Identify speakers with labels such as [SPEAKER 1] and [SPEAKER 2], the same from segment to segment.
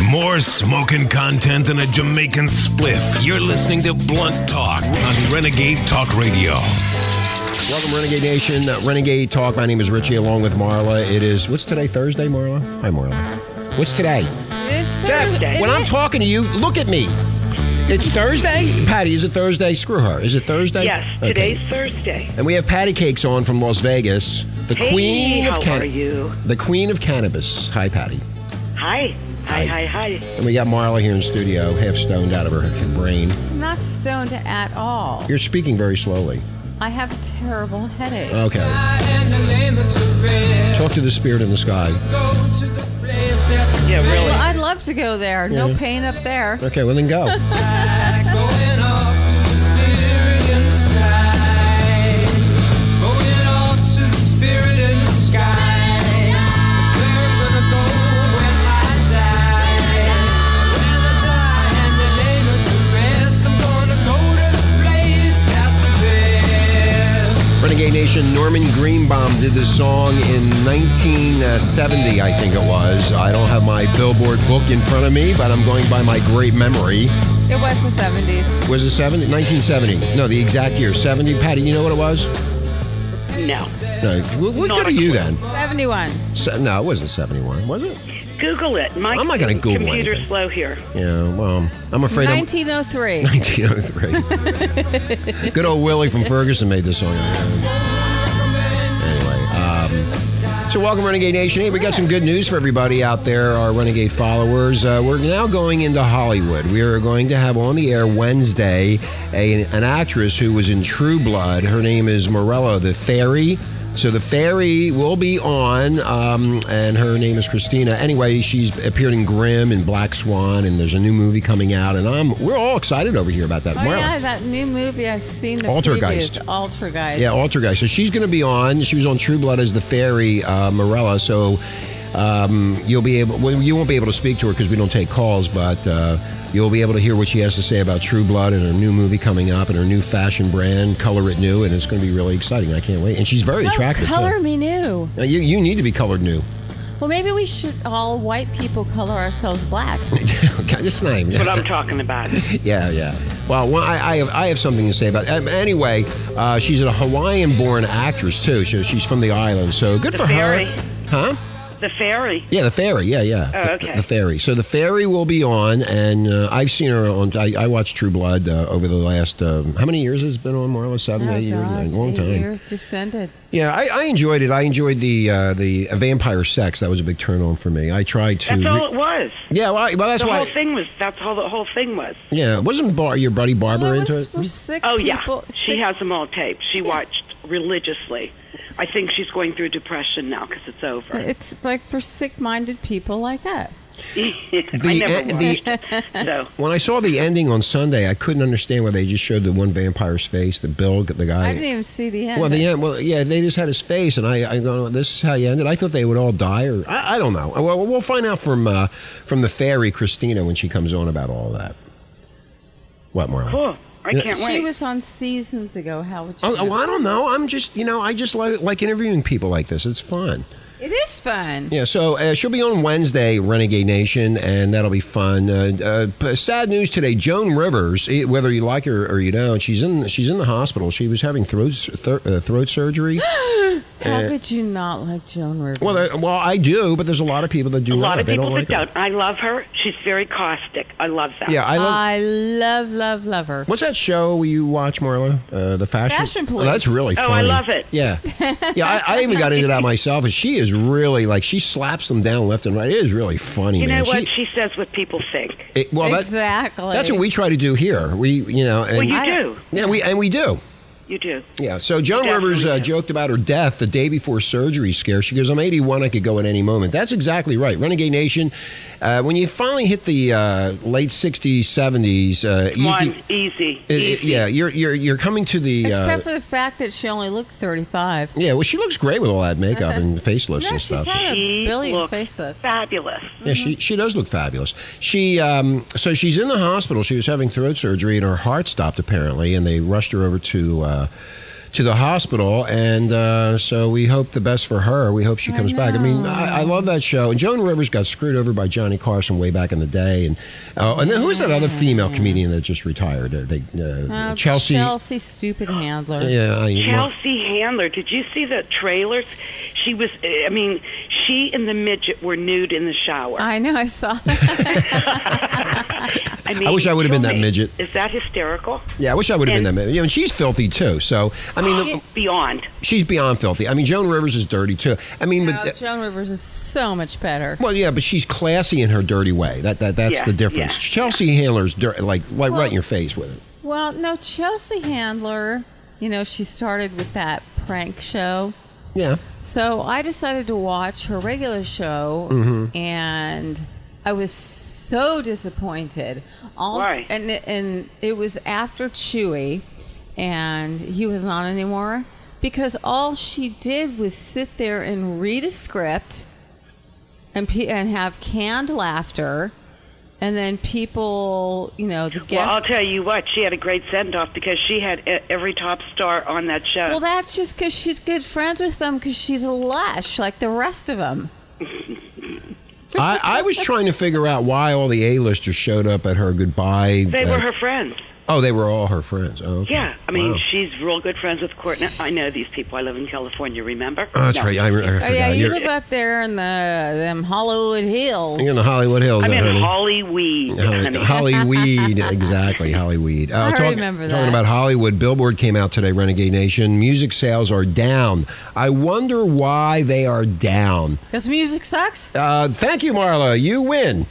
[SPEAKER 1] More smoking content than a Jamaican spliff. You're listening to Blunt Talk on Renegade Talk Radio.
[SPEAKER 2] Welcome, Renegade Nation. Uh, Renegade Talk. My name is Richie, along with Marla. It is what's today? Thursday, Marla. Hi, Marla. What's today?
[SPEAKER 3] It's
[SPEAKER 2] Thursday.
[SPEAKER 3] Thursday.
[SPEAKER 2] When I'm talking to you, look at me. It's Thursday, Patty. Is it Thursday? Screw her. Is it Thursday?
[SPEAKER 3] Yes,
[SPEAKER 2] Okay.
[SPEAKER 3] today's Thursday.
[SPEAKER 2] And we have Patty Cakes on from Las Vegas, the
[SPEAKER 3] Hey,
[SPEAKER 2] queen of
[SPEAKER 3] how
[SPEAKER 2] can-
[SPEAKER 3] are you?
[SPEAKER 2] the queen of cannabis. Hi, Patty.
[SPEAKER 3] Hi. Hi, hi, hi.
[SPEAKER 2] And we got Marla here in studio, half stoned out of her, her brain.
[SPEAKER 4] Not stoned at all.
[SPEAKER 2] You're speaking very slowly.
[SPEAKER 4] I have a terrible headache.
[SPEAKER 2] Uh, Okay. Talk to the spirit in the sky.
[SPEAKER 3] Yeah, really.
[SPEAKER 4] well, I'd love to go there. No pain up there.
[SPEAKER 2] Okay, well then go. Renegade Nation, Norman Greenbaum did this song in 1970, I think it was. I don't have my Billboard book in front of me, but I'm going by my great memory.
[SPEAKER 4] It was the 70s.
[SPEAKER 2] Was it 70? 1970. No, the exact year. 70. Patty, you know what it was?
[SPEAKER 3] No.
[SPEAKER 2] No. What, what
[SPEAKER 3] Not
[SPEAKER 2] good
[SPEAKER 3] a
[SPEAKER 2] are you
[SPEAKER 3] clue.
[SPEAKER 2] then?
[SPEAKER 4] 71.
[SPEAKER 2] Se- no, it wasn't 71, was it?
[SPEAKER 3] Google it. My
[SPEAKER 2] I'm not gonna Google
[SPEAKER 3] computer's
[SPEAKER 2] anything.
[SPEAKER 3] slow here.
[SPEAKER 2] Yeah, well, I'm afraid I'm...
[SPEAKER 4] 1903.
[SPEAKER 2] 1903. Good old Willie from Ferguson made this song. Anyway, um, so welcome, Renegade Nation. Hey, we got some good news for everybody out there, our Renegade followers. Uh, we're now going into Hollywood. We are going to have on the air Wednesday a, an actress who was in True Blood. Her name is Morella the Fairy. So the fairy will be on, um, and her name is Christina. Anyway, she's appeared in Grimm and Black Swan, and there's a new movie coming out, and I'm we're all excited over here about that.
[SPEAKER 4] Oh,
[SPEAKER 2] Wow.
[SPEAKER 4] yeah, that new movie I've seen. The
[SPEAKER 2] Altergeist.
[SPEAKER 4] Previews. Altergeist.
[SPEAKER 2] Yeah, Altergeist. So she's going to be on. She was on True Blood as the fairy uh, Morella. So um, you'll be able. Well, you won't be able to speak to her because we don't take calls, but uh, you'll be able to hear what she has to say about True Blood and her new movie coming up and her new fashion brand, Color It New, and it's going to be really exciting. I can't wait. And she's very
[SPEAKER 4] No,
[SPEAKER 2] attractive. too.
[SPEAKER 4] color me new.
[SPEAKER 2] Uh, You, you need to be colored new.
[SPEAKER 4] Well, maybe we should all white people color ourselves black.
[SPEAKER 2] okay, it's not even.
[SPEAKER 3] What I'm talking about.
[SPEAKER 2] Yeah, yeah. Well, well I, I, have, I have something to say about it. Um, anyway, uh, she's a Hawaiian born actress, too. So she's from the island. So good for
[SPEAKER 3] fairy.
[SPEAKER 2] her. Huh?
[SPEAKER 3] The fairy.
[SPEAKER 2] Yeah, the fairy. Yeah, yeah.
[SPEAKER 3] Oh,
[SPEAKER 2] The-
[SPEAKER 3] okay.
[SPEAKER 2] The, fairy. So the fairy will be on, and uh, I've seen her on. I, I watched True Blood uh, over the last um, how many years has it been on? More or less seven,
[SPEAKER 4] oh,
[SPEAKER 2] eight years,
[SPEAKER 4] gosh,
[SPEAKER 2] a long
[SPEAKER 4] eight
[SPEAKER 2] time.
[SPEAKER 4] years just ended.
[SPEAKER 2] Yeah, I, I enjoyed it. I enjoyed the uh, the vampire sex. That was a big turn on for me. I tried to.
[SPEAKER 3] That's
[SPEAKER 2] re-
[SPEAKER 3] all it was.
[SPEAKER 2] yeah, well, I, well that's
[SPEAKER 3] The
[SPEAKER 2] why.
[SPEAKER 3] whole thing was. That's all the whole thing was.
[SPEAKER 2] yeah, wasn't Bar your buddy Barbara
[SPEAKER 4] Well, it
[SPEAKER 2] into
[SPEAKER 4] was
[SPEAKER 2] it?
[SPEAKER 4] for sick
[SPEAKER 3] Oh yeah.
[SPEAKER 4] people.
[SPEAKER 3] She
[SPEAKER 4] sick-
[SPEAKER 3] has them all taped. She watched religiously. I think she's going through depression now because it's over.
[SPEAKER 4] It's like for sick-minded people like us.
[SPEAKER 3] I
[SPEAKER 2] The-
[SPEAKER 3] never
[SPEAKER 2] uh, the-
[SPEAKER 3] watched it, so.
[SPEAKER 2] When I saw the ending on Sunday, I couldn't understand why they just showed the one vampire's face, the Bill, the guy.
[SPEAKER 4] I didn't even see the end.
[SPEAKER 2] Well, the end. Well, yeah, they just had his face, and I, I go, this is how you ended. I thought they would all die, or I, I don't know. Uh, Well, we'll find out from uh, from the fairy Christina when she comes on about all that. What, Marla?
[SPEAKER 3] Cool. I
[SPEAKER 2] Yeah.
[SPEAKER 3] can't
[SPEAKER 4] She
[SPEAKER 3] wait.
[SPEAKER 4] was on seasons ago. How would you?
[SPEAKER 2] Oh, oh,
[SPEAKER 4] know?
[SPEAKER 2] I don't know. I'm just, you know, I just like, like interviewing people like this. It's fun.
[SPEAKER 4] It is fun.
[SPEAKER 2] Yeah, so uh, she'll be on Wednesday, Renegade Nation, and that'll be fun. Uh, uh, p- sad news today: Joan Rivers. eh, Whether you like her or you don't, she's in she's in the hospital. She was having throat thir- uh, throat surgery.
[SPEAKER 4] How could you not like Joan Rivers?
[SPEAKER 2] Well, uh, well, I do, but there's a lot of people that do.
[SPEAKER 3] a
[SPEAKER 2] not.
[SPEAKER 3] lot of
[SPEAKER 2] They
[SPEAKER 3] people
[SPEAKER 2] don't like
[SPEAKER 3] that don't. I love her. She's very caustic. I love that.
[SPEAKER 2] her. Yeah, I
[SPEAKER 4] I
[SPEAKER 2] love.
[SPEAKER 4] love, love, love her.
[SPEAKER 2] What's that show you watch, Marla? Uh, the fashion.
[SPEAKER 4] Fashion
[SPEAKER 2] Oh,
[SPEAKER 4] Police.
[SPEAKER 2] that's really.
[SPEAKER 3] Oh,
[SPEAKER 2] Funny.
[SPEAKER 3] I love it.
[SPEAKER 2] Yeah, yeah. I, I even got into that myself, and she is really like she slaps them down left and right. It is really funny.
[SPEAKER 3] You know
[SPEAKER 2] man.
[SPEAKER 3] what?
[SPEAKER 2] She,
[SPEAKER 3] She says what people think.
[SPEAKER 2] it- well, that's
[SPEAKER 4] exactly.
[SPEAKER 2] that's what we try to do here. We, you know, and
[SPEAKER 3] Well, you
[SPEAKER 4] I-
[SPEAKER 3] do.
[SPEAKER 2] yeah, we and we do.
[SPEAKER 3] You do.
[SPEAKER 2] Yeah. So Joan
[SPEAKER 3] Definitely
[SPEAKER 2] Rivers uh,
[SPEAKER 3] do.
[SPEAKER 2] joked about her death the day before surgery scare. She goes, "I'm 81. I could go at any moment." That's exactly right, Renegade Nation. Uh, when you finally hit the uh, late 60s, 70s, uh, you
[SPEAKER 3] One,
[SPEAKER 2] can-
[SPEAKER 3] easy.
[SPEAKER 2] it- it-
[SPEAKER 3] easy.
[SPEAKER 2] yeah, you're you're you're coming to the.
[SPEAKER 4] Except
[SPEAKER 2] uh,
[SPEAKER 4] for the fact that she only looked 35.
[SPEAKER 2] yeah, well, she looks great with all that makeup and facelifts
[SPEAKER 4] No,
[SPEAKER 2] and
[SPEAKER 4] she's
[SPEAKER 2] stuff.
[SPEAKER 4] had a
[SPEAKER 3] She
[SPEAKER 4] billion
[SPEAKER 3] looks
[SPEAKER 4] facelifts.
[SPEAKER 3] Fabulous.
[SPEAKER 2] Yeah, she, she does look fabulous. She um, so she's in the hospital. She was having throat surgery and her heart stopped apparently, and they rushed her over to uh, to the hospital, and uh, so we hope the best for her. We hope she
[SPEAKER 4] I
[SPEAKER 2] comes back. I mean,
[SPEAKER 4] know.
[SPEAKER 2] I, I love that show. And Joan Rivers got screwed over by Johnny Carson way back in the day, and uh, and then who is that other female comedian that just retired? Uh, they, uh,
[SPEAKER 4] Oh,
[SPEAKER 2] Chelsea.
[SPEAKER 4] Chelsea, stupid handler.
[SPEAKER 2] Yeah, I-
[SPEAKER 3] Chelsea Handler, did you see the trailers? She was, I mean, she and the midget were nude in the shower.
[SPEAKER 4] I know. I saw that.
[SPEAKER 3] mean,
[SPEAKER 2] I wish I would've been
[SPEAKER 3] kill
[SPEAKER 2] that
[SPEAKER 3] me.
[SPEAKER 2] midget.
[SPEAKER 3] Is that hysterical?
[SPEAKER 2] yeah. I wish I would have been that.
[SPEAKER 3] And- Oh,
[SPEAKER 2] man. You know, and she's filthy too. So I mean, the-
[SPEAKER 3] Beyond.
[SPEAKER 2] she's beyond filthy. I mean, Joan Rivers is dirty too. I mean,
[SPEAKER 4] Oh,
[SPEAKER 2] but.
[SPEAKER 4] Joan Rivers is so much better.
[SPEAKER 2] Well, yeah, but she's classy in her dirty way. That that that's
[SPEAKER 3] Yeah,
[SPEAKER 2] the difference.
[SPEAKER 3] yeah.
[SPEAKER 2] Chelsea Handler's dir- like right, right
[SPEAKER 4] Well-
[SPEAKER 2] in your face with it.
[SPEAKER 4] Well, no, Chelsea Handler, you know, she started with that prank show.
[SPEAKER 2] Yeah.
[SPEAKER 4] So I decided to watch her regular show, and I was so disappointed. All,
[SPEAKER 3] Why?
[SPEAKER 4] And, and it was after Chewy, and he was not anymore because all she did was sit there and read a script and, pe- and have canned laughter. And then people, you know, the guests.
[SPEAKER 3] Well, I'll tell you what, she had a great send off because she had e- every top star on that show.
[SPEAKER 4] Well, that's just because she's good friends with them because she's a lush like the rest of them.
[SPEAKER 2] I, I was trying to figure out why all the A-listers showed up at her goodbye.
[SPEAKER 3] they
[SPEAKER 2] uh,
[SPEAKER 3] were her friends.
[SPEAKER 2] Oh, they were all her friends. Oh, okay.
[SPEAKER 3] Yeah, I mean,
[SPEAKER 2] Wow.
[SPEAKER 3] she's real good friends with Courtney. I know these people. I live in California, remember?
[SPEAKER 2] Oh, that's
[SPEAKER 3] No.
[SPEAKER 2] right. I, re- I
[SPEAKER 4] Oh
[SPEAKER 2] forgot.
[SPEAKER 4] yeah, you
[SPEAKER 2] You're,
[SPEAKER 4] live up there in the them Hollywood Hills.
[SPEAKER 2] you're in the Hollywood Hills,
[SPEAKER 3] I'm
[SPEAKER 2] there,
[SPEAKER 3] in
[SPEAKER 2] honey.
[SPEAKER 3] Hollyweed.
[SPEAKER 2] Holly,
[SPEAKER 3] honey.
[SPEAKER 2] Hollyweed, exactly, Hollyweed. Uh,
[SPEAKER 4] I
[SPEAKER 2] talk-
[SPEAKER 4] remember
[SPEAKER 2] Talking
[SPEAKER 4] that.
[SPEAKER 2] about Hollywood, Billboard came out today, Renegade Nation. Music sales are down. I wonder why they are down.
[SPEAKER 4] Because music sucks.
[SPEAKER 2] Uh, thank you, Marla. You win.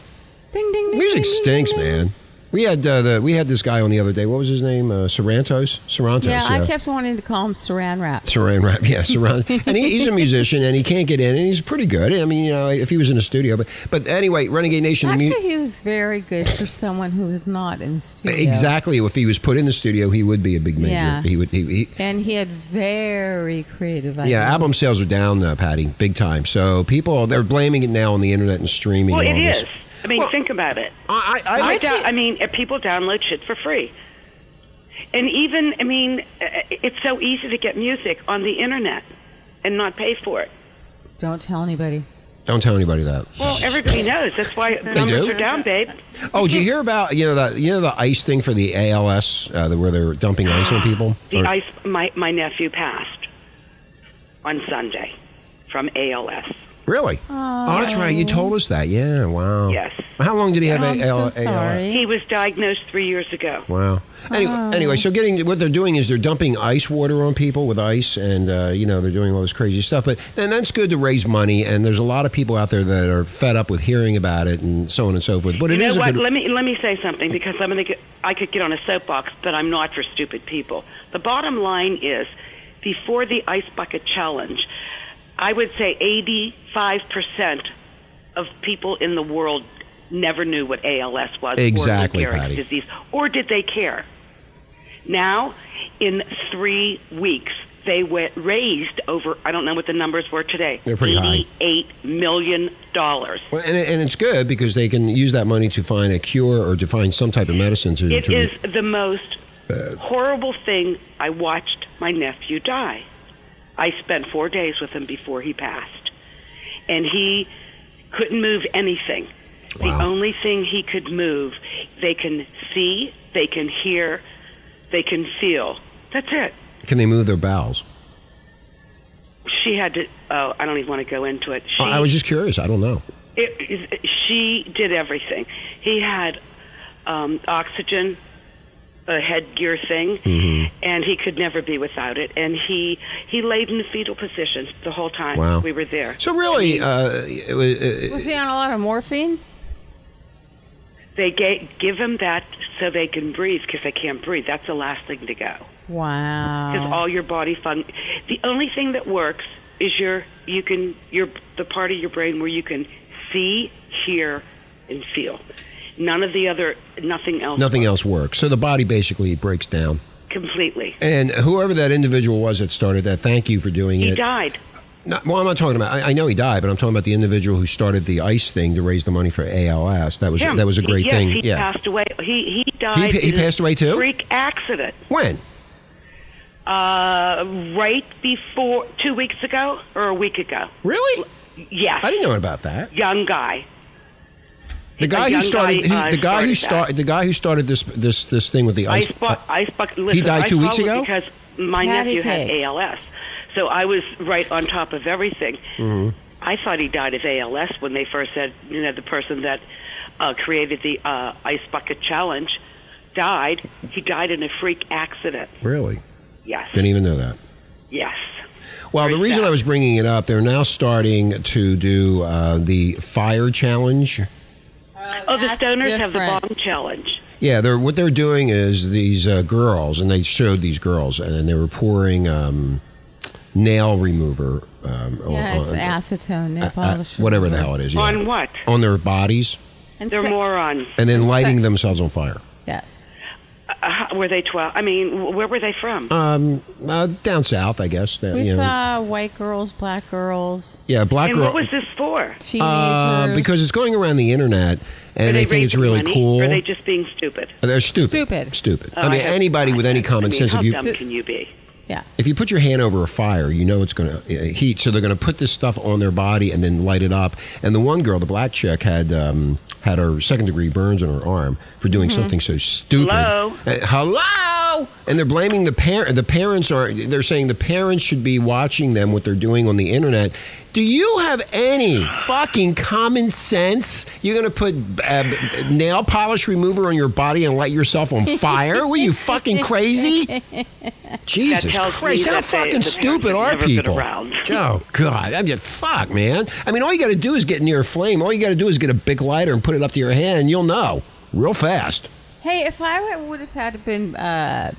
[SPEAKER 4] Ding ding ding.
[SPEAKER 2] Music
[SPEAKER 4] ding, ding,
[SPEAKER 2] stinks,
[SPEAKER 4] ding.
[SPEAKER 2] man. We had uh, the we had this guy on the other day. What was his name? Uh, Serrantos. Serrantos.
[SPEAKER 4] Yeah, I kept wanting to call him Saran Wrap.
[SPEAKER 2] Saran wrap, yeah, Saran. and he, he's a musician, and he can't get in, and he's pretty good. I mean, you know, if he was in a studio, but but anyway, Renegade Nation. the mu-
[SPEAKER 4] Actually, he was very good for someone who was not in the studio.
[SPEAKER 2] exactly. If he was put in the studio, he would be a big major.
[SPEAKER 4] Yeah.
[SPEAKER 2] He would. He, he,
[SPEAKER 4] And he had very creative ideas.
[SPEAKER 2] yeah, album sales are down, uh, Patty, big time. So people they're blaming it now on the internet and streaming.
[SPEAKER 3] Well,
[SPEAKER 2] and
[SPEAKER 3] it
[SPEAKER 2] all this.
[SPEAKER 3] is. I mean,
[SPEAKER 2] Well,
[SPEAKER 3] think about it.
[SPEAKER 2] I, I,
[SPEAKER 3] I,
[SPEAKER 2] I,
[SPEAKER 3] dou-
[SPEAKER 4] you-
[SPEAKER 3] I mean, uh, people download shit for free. And even, I mean, uh, it's so easy to get music on the internet and not pay for it.
[SPEAKER 4] Don't tell anybody.
[SPEAKER 2] don't tell anybody that.
[SPEAKER 3] Well, everybody knows. That's why numbers
[SPEAKER 2] do?
[SPEAKER 3] are down, babe.
[SPEAKER 2] Oh, did you hear about you know that you know the ice thing for the ALS uh, where they're dumping ice on people?
[SPEAKER 3] The
[SPEAKER 2] Or-
[SPEAKER 3] ice, my, my nephew passed on Sunday from ALS.
[SPEAKER 2] Really? Oh, that's right. You told us that. Yeah. Wow.
[SPEAKER 3] Yes.
[SPEAKER 2] How long did he have
[SPEAKER 4] I'm
[SPEAKER 2] A- AL-
[SPEAKER 4] so sorry. Oh.
[SPEAKER 3] He was diagnosed three years ago.
[SPEAKER 2] Wow. Anyway, anyway, so getting what they're doing is they're dumping ice water on people with ice, and uh, you know they're doing all this crazy stuff. But then that's good to raise money, and there's a lot of people out there that are fed up with hearing about it and so on and so forth. But it
[SPEAKER 3] you
[SPEAKER 2] is
[SPEAKER 3] know
[SPEAKER 2] a
[SPEAKER 3] what?
[SPEAKER 2] good.
[SPEAKER 3] Let me let me say something because I'm gonna get, I could get on a soapbox, but I'm not for stupid people. The bottom line is, before the ice bucket challenge, I would say 85 percent of people in the world never knew what ALS was
[SPEAKER 2] Exactly,
[SPEAKER 3] or Lou Gehrig's
[SPEAKER 2] Patty.
[SPEAKER 3] disease, or did they care? Now, in three weeks, they went raised over. I don't know what the numbers were today.
[SPEAKER 2] They're pretty high.
[SPEAKER 3] Eighty-eight million dollars.
[SPEAKER 2] Well, and, it- and it's good because they can use that money to find a cure or to find some type of medicine to.
[SPEAKER 3] It
[SPEAKER 2] to
[SPEAKER 3] is the most horrible thing. I watched my nephew die. I spent four days with him before he passed, and he couldn't move anything.
[SPEAKER 2] Wow.
[SPEAKER 3] The only thing he could move, they can see, they can hear, they can feel. That's it.
[SPEAKER 2] Can they move their bowels?
[SPEAKER 3] She had to. Oh, I don't even want to go into it. She,
[SPEAKER 2] Oh, I I was just curious. I don't know.
[SPEAKER 3] it, it- she did everything. He had um, oxygen, a headgear thing,
[SPEAKER 2] Mm-hmm.
[SPEAKER 3] and he could never be without it. And he he laid in fetal position the whole time
[SPEAKER 2] Wow.
[SPEAKER 3] we were there.
[SPEAKER 2] So really, uh, it was, uh,
[SPEAKER 4] Was he on a lot of morphine?
[SPEAKER 3] They ga- give him that so they can breathe because they can't breathe. That's the last thing to go because
[SPEAKER 4] Wow.
[SPEAKER 3] all your body fun. The only thing that works is your you can your the part of your brain where you can see, hear, and feel. None of the other, nothing else.
[SPEAKER 2] nothing else works. So the body basically breaks down.
[SPEAKER 3] Completely.
[SPEAKER 2] And whoever that individual was that started that, thank you for doing
[SPEAKER 3] He
[SPEAKER 2] it.
[SPEAKER 3] died.
[SPEAKER 2] Not, well, I'm not talking about. I, I know he died, but I'm talking about the individual who started the ice thing to raise the money for ALS. That was
[SPEAKER 3] Him.
[SPEAKER 2] that was a great
[SPEAKER 3] He- yes,
[SPEAKER 2] thing.
[SPEAKER 3] He
[SPEAKER 2] yeah.
[SPEAKER 3] passed away. He he died.
[SPEAKER 2] he
[SPEAKER 3] in a
[SPEAKER 2] passed away too?
[SPEAKER 3] Freak accident.
[SPEAKER 2] When?
[SPEAKER 3] uh, right before two weeks ago or a week ago.
[SPEAKER 2] Really?
[SPEAKER 3] Yes,
[SPEAKER 2] I didn't know about that.
[SPEAKER 3] young guy.
[SPEAKER 2] The guy who
[SPEAKER 3] young
[SPEAKER 2] started
[SPEAKER 3] guy, uh,
[SPEAKER 2] who, the guy who
[SPEAKER 3] started that.
[SPEAKER 2] started the guy who started this this this thing with the
[SPEAKER 3] I
[SPEAKER 2] ice. uh,
[SPEAKER 3] spot. I spot. Listen,
[SPEAKER 2] died
[SPEAKER 3] I
[SPEAKER 2] two weeks
[SPEAKER 3] followed
[SPEAKER 2] ago?
[SPEAKER 3] because my
[SPEAKER 4] Patty
[SPEAKER 3] nephew
[SPEAKER 4] cakes.
[SPEAKER 3] had ALS, so I was right on top of everything.
[SPEAKER 2] Mm-hmm.
[SPEAKER 3] I thought he died of ALS when they first said, you know, the person that uh, created the uh, ice bucket challenge died. He died in a freak accident.
[SPEAKER 2] really?
[SPEAKER 3] Yes.
[SPEAKER 2] Didn't even know that.
[SPEAKER 3] Yes.
[SPEAKER 2] Well, the
[SPEAKER 3] Very
[SPEAKER 2] reason
[SPEAKER 3] sad.
[SPEAKER 2] I was bringing it up, they're now starting to do uh, the fire challenge.
[SPEAKER 3] Oh, the
[SPEAKER 4] That's
[SPEAKER 3] stoners have the
[SPEAKER 4] different.
[SPEAKER 3] bomb challenge.
[SPEAKER 2] Yeah, they're what they're doing is these uh, girls, and they showed these girls, and then they were pouring um, nail remover. Um, on-
[SPEAKER 4] Yeah, it's
[SPEAKER 2] on-
[SPEAKER 4] acetone, nail
[SPEAKER 2] uh, uh,
[SPEAKER 4] polish,
[SPEAKER 2] whatever the hell it is, yeah.
[SPEAKER 3] On what?
[SPEAKER 2] on their bodies,
[SPEAKER 4] And
[SPEAKER 3] They're
[SPEAKER 4] sa-
[SPEAKER 3] morons.
[SPEAKER 2] and then
[SPEAKER 4] It's
[SPEAKER 2] lighting
[SPEAKER 4] that-
[SPEAKER 2] themselves on fire.
[SPEAKER 4] Yes.
[SPEAKER 3] Uh, how- were they 12? I mean, wh- where were they from?
[SPEAKER 2] Um, uh, down south, I guess. That,
[SPEAKER 4] We
[SPEAKER 2] you know.
[SPEAKER 4] saw white girls, black girls,
[SPEAKER 2] yeah, black
[SPEAKER 3] and
[SPEAKER 2] girl.
[SPEAKER 3] what was this for?
[SPEAKER 4] teenagers.
[SPEAKER 2] uh, because it's going around the internet,
[SPEAKER 3] Were
[SPEAKER 2] and they
[SPEAKER 3] they
[SPEAKER 2] think it's
[SPEAKER 3] raising
[SPEAKER 2] really
[SPEAKER 3] money,
[SPEAKER 2] cool.
[SPEAKER 3] Or are they just being stupid?
[SPEAKER 2] They're stupid.
[SPEAKER 4] Stupid.
[SPEAKER 2] Stupid.
[SPEAKER 3] Oh,
[SPEAKER 2] I mean,
[SPEAKER 3] have-
[SPEAKER 2] anybody with any common
[SPEAKER 3] I mean,
[SPEAKER 2] sense,
[SPEAKER 3] How
[SPEAKER 2] if you
[SPEAKER 3] dumb can you be?
[SPEAKER 2] if you put your hand over a fire, you know it's going to uh, heat. So they're going to put this stuff on their body and then light it up. And the one girl, the black chick, had um, had her second degree burns on her arm for doing something so stupid.
[SPEAKER 3] Hello?
[SPEAKER 2] Uh, hello. And they're blaming the parent. The parents are. They're saying the parents should be watching them what they're doing on the internet. Do you have any fucking common sense? You're going to put uh, b- nail polish remover on your body and light yourself on fire? Were you fucking crazy? Jesus
[SPEAKER 3] that tells
[SPEAKER 2] Christ,
[SPEAKER 3] me
[SPEAKER 2] how
[SPEAKER 3] that they-
[SPEAKER 2] fucking
[SPEAKER 3] the
[SPEAKER 2] stupid
[SPEAKER 3] parents have
[SPEAKER 2] are
[SPEAKER 3] never
[SPEAKER 2] people?
[SPEAKER 3] Been around.
[SPEAKER 2] Oh God! I'm just fuck, man. I mean, all you got to do is get near a flame. All you got to do is get a big lighter and put it up to your hand, and you'll know real fast.
[SPEAKER 4] Hey, if I would have had been uh,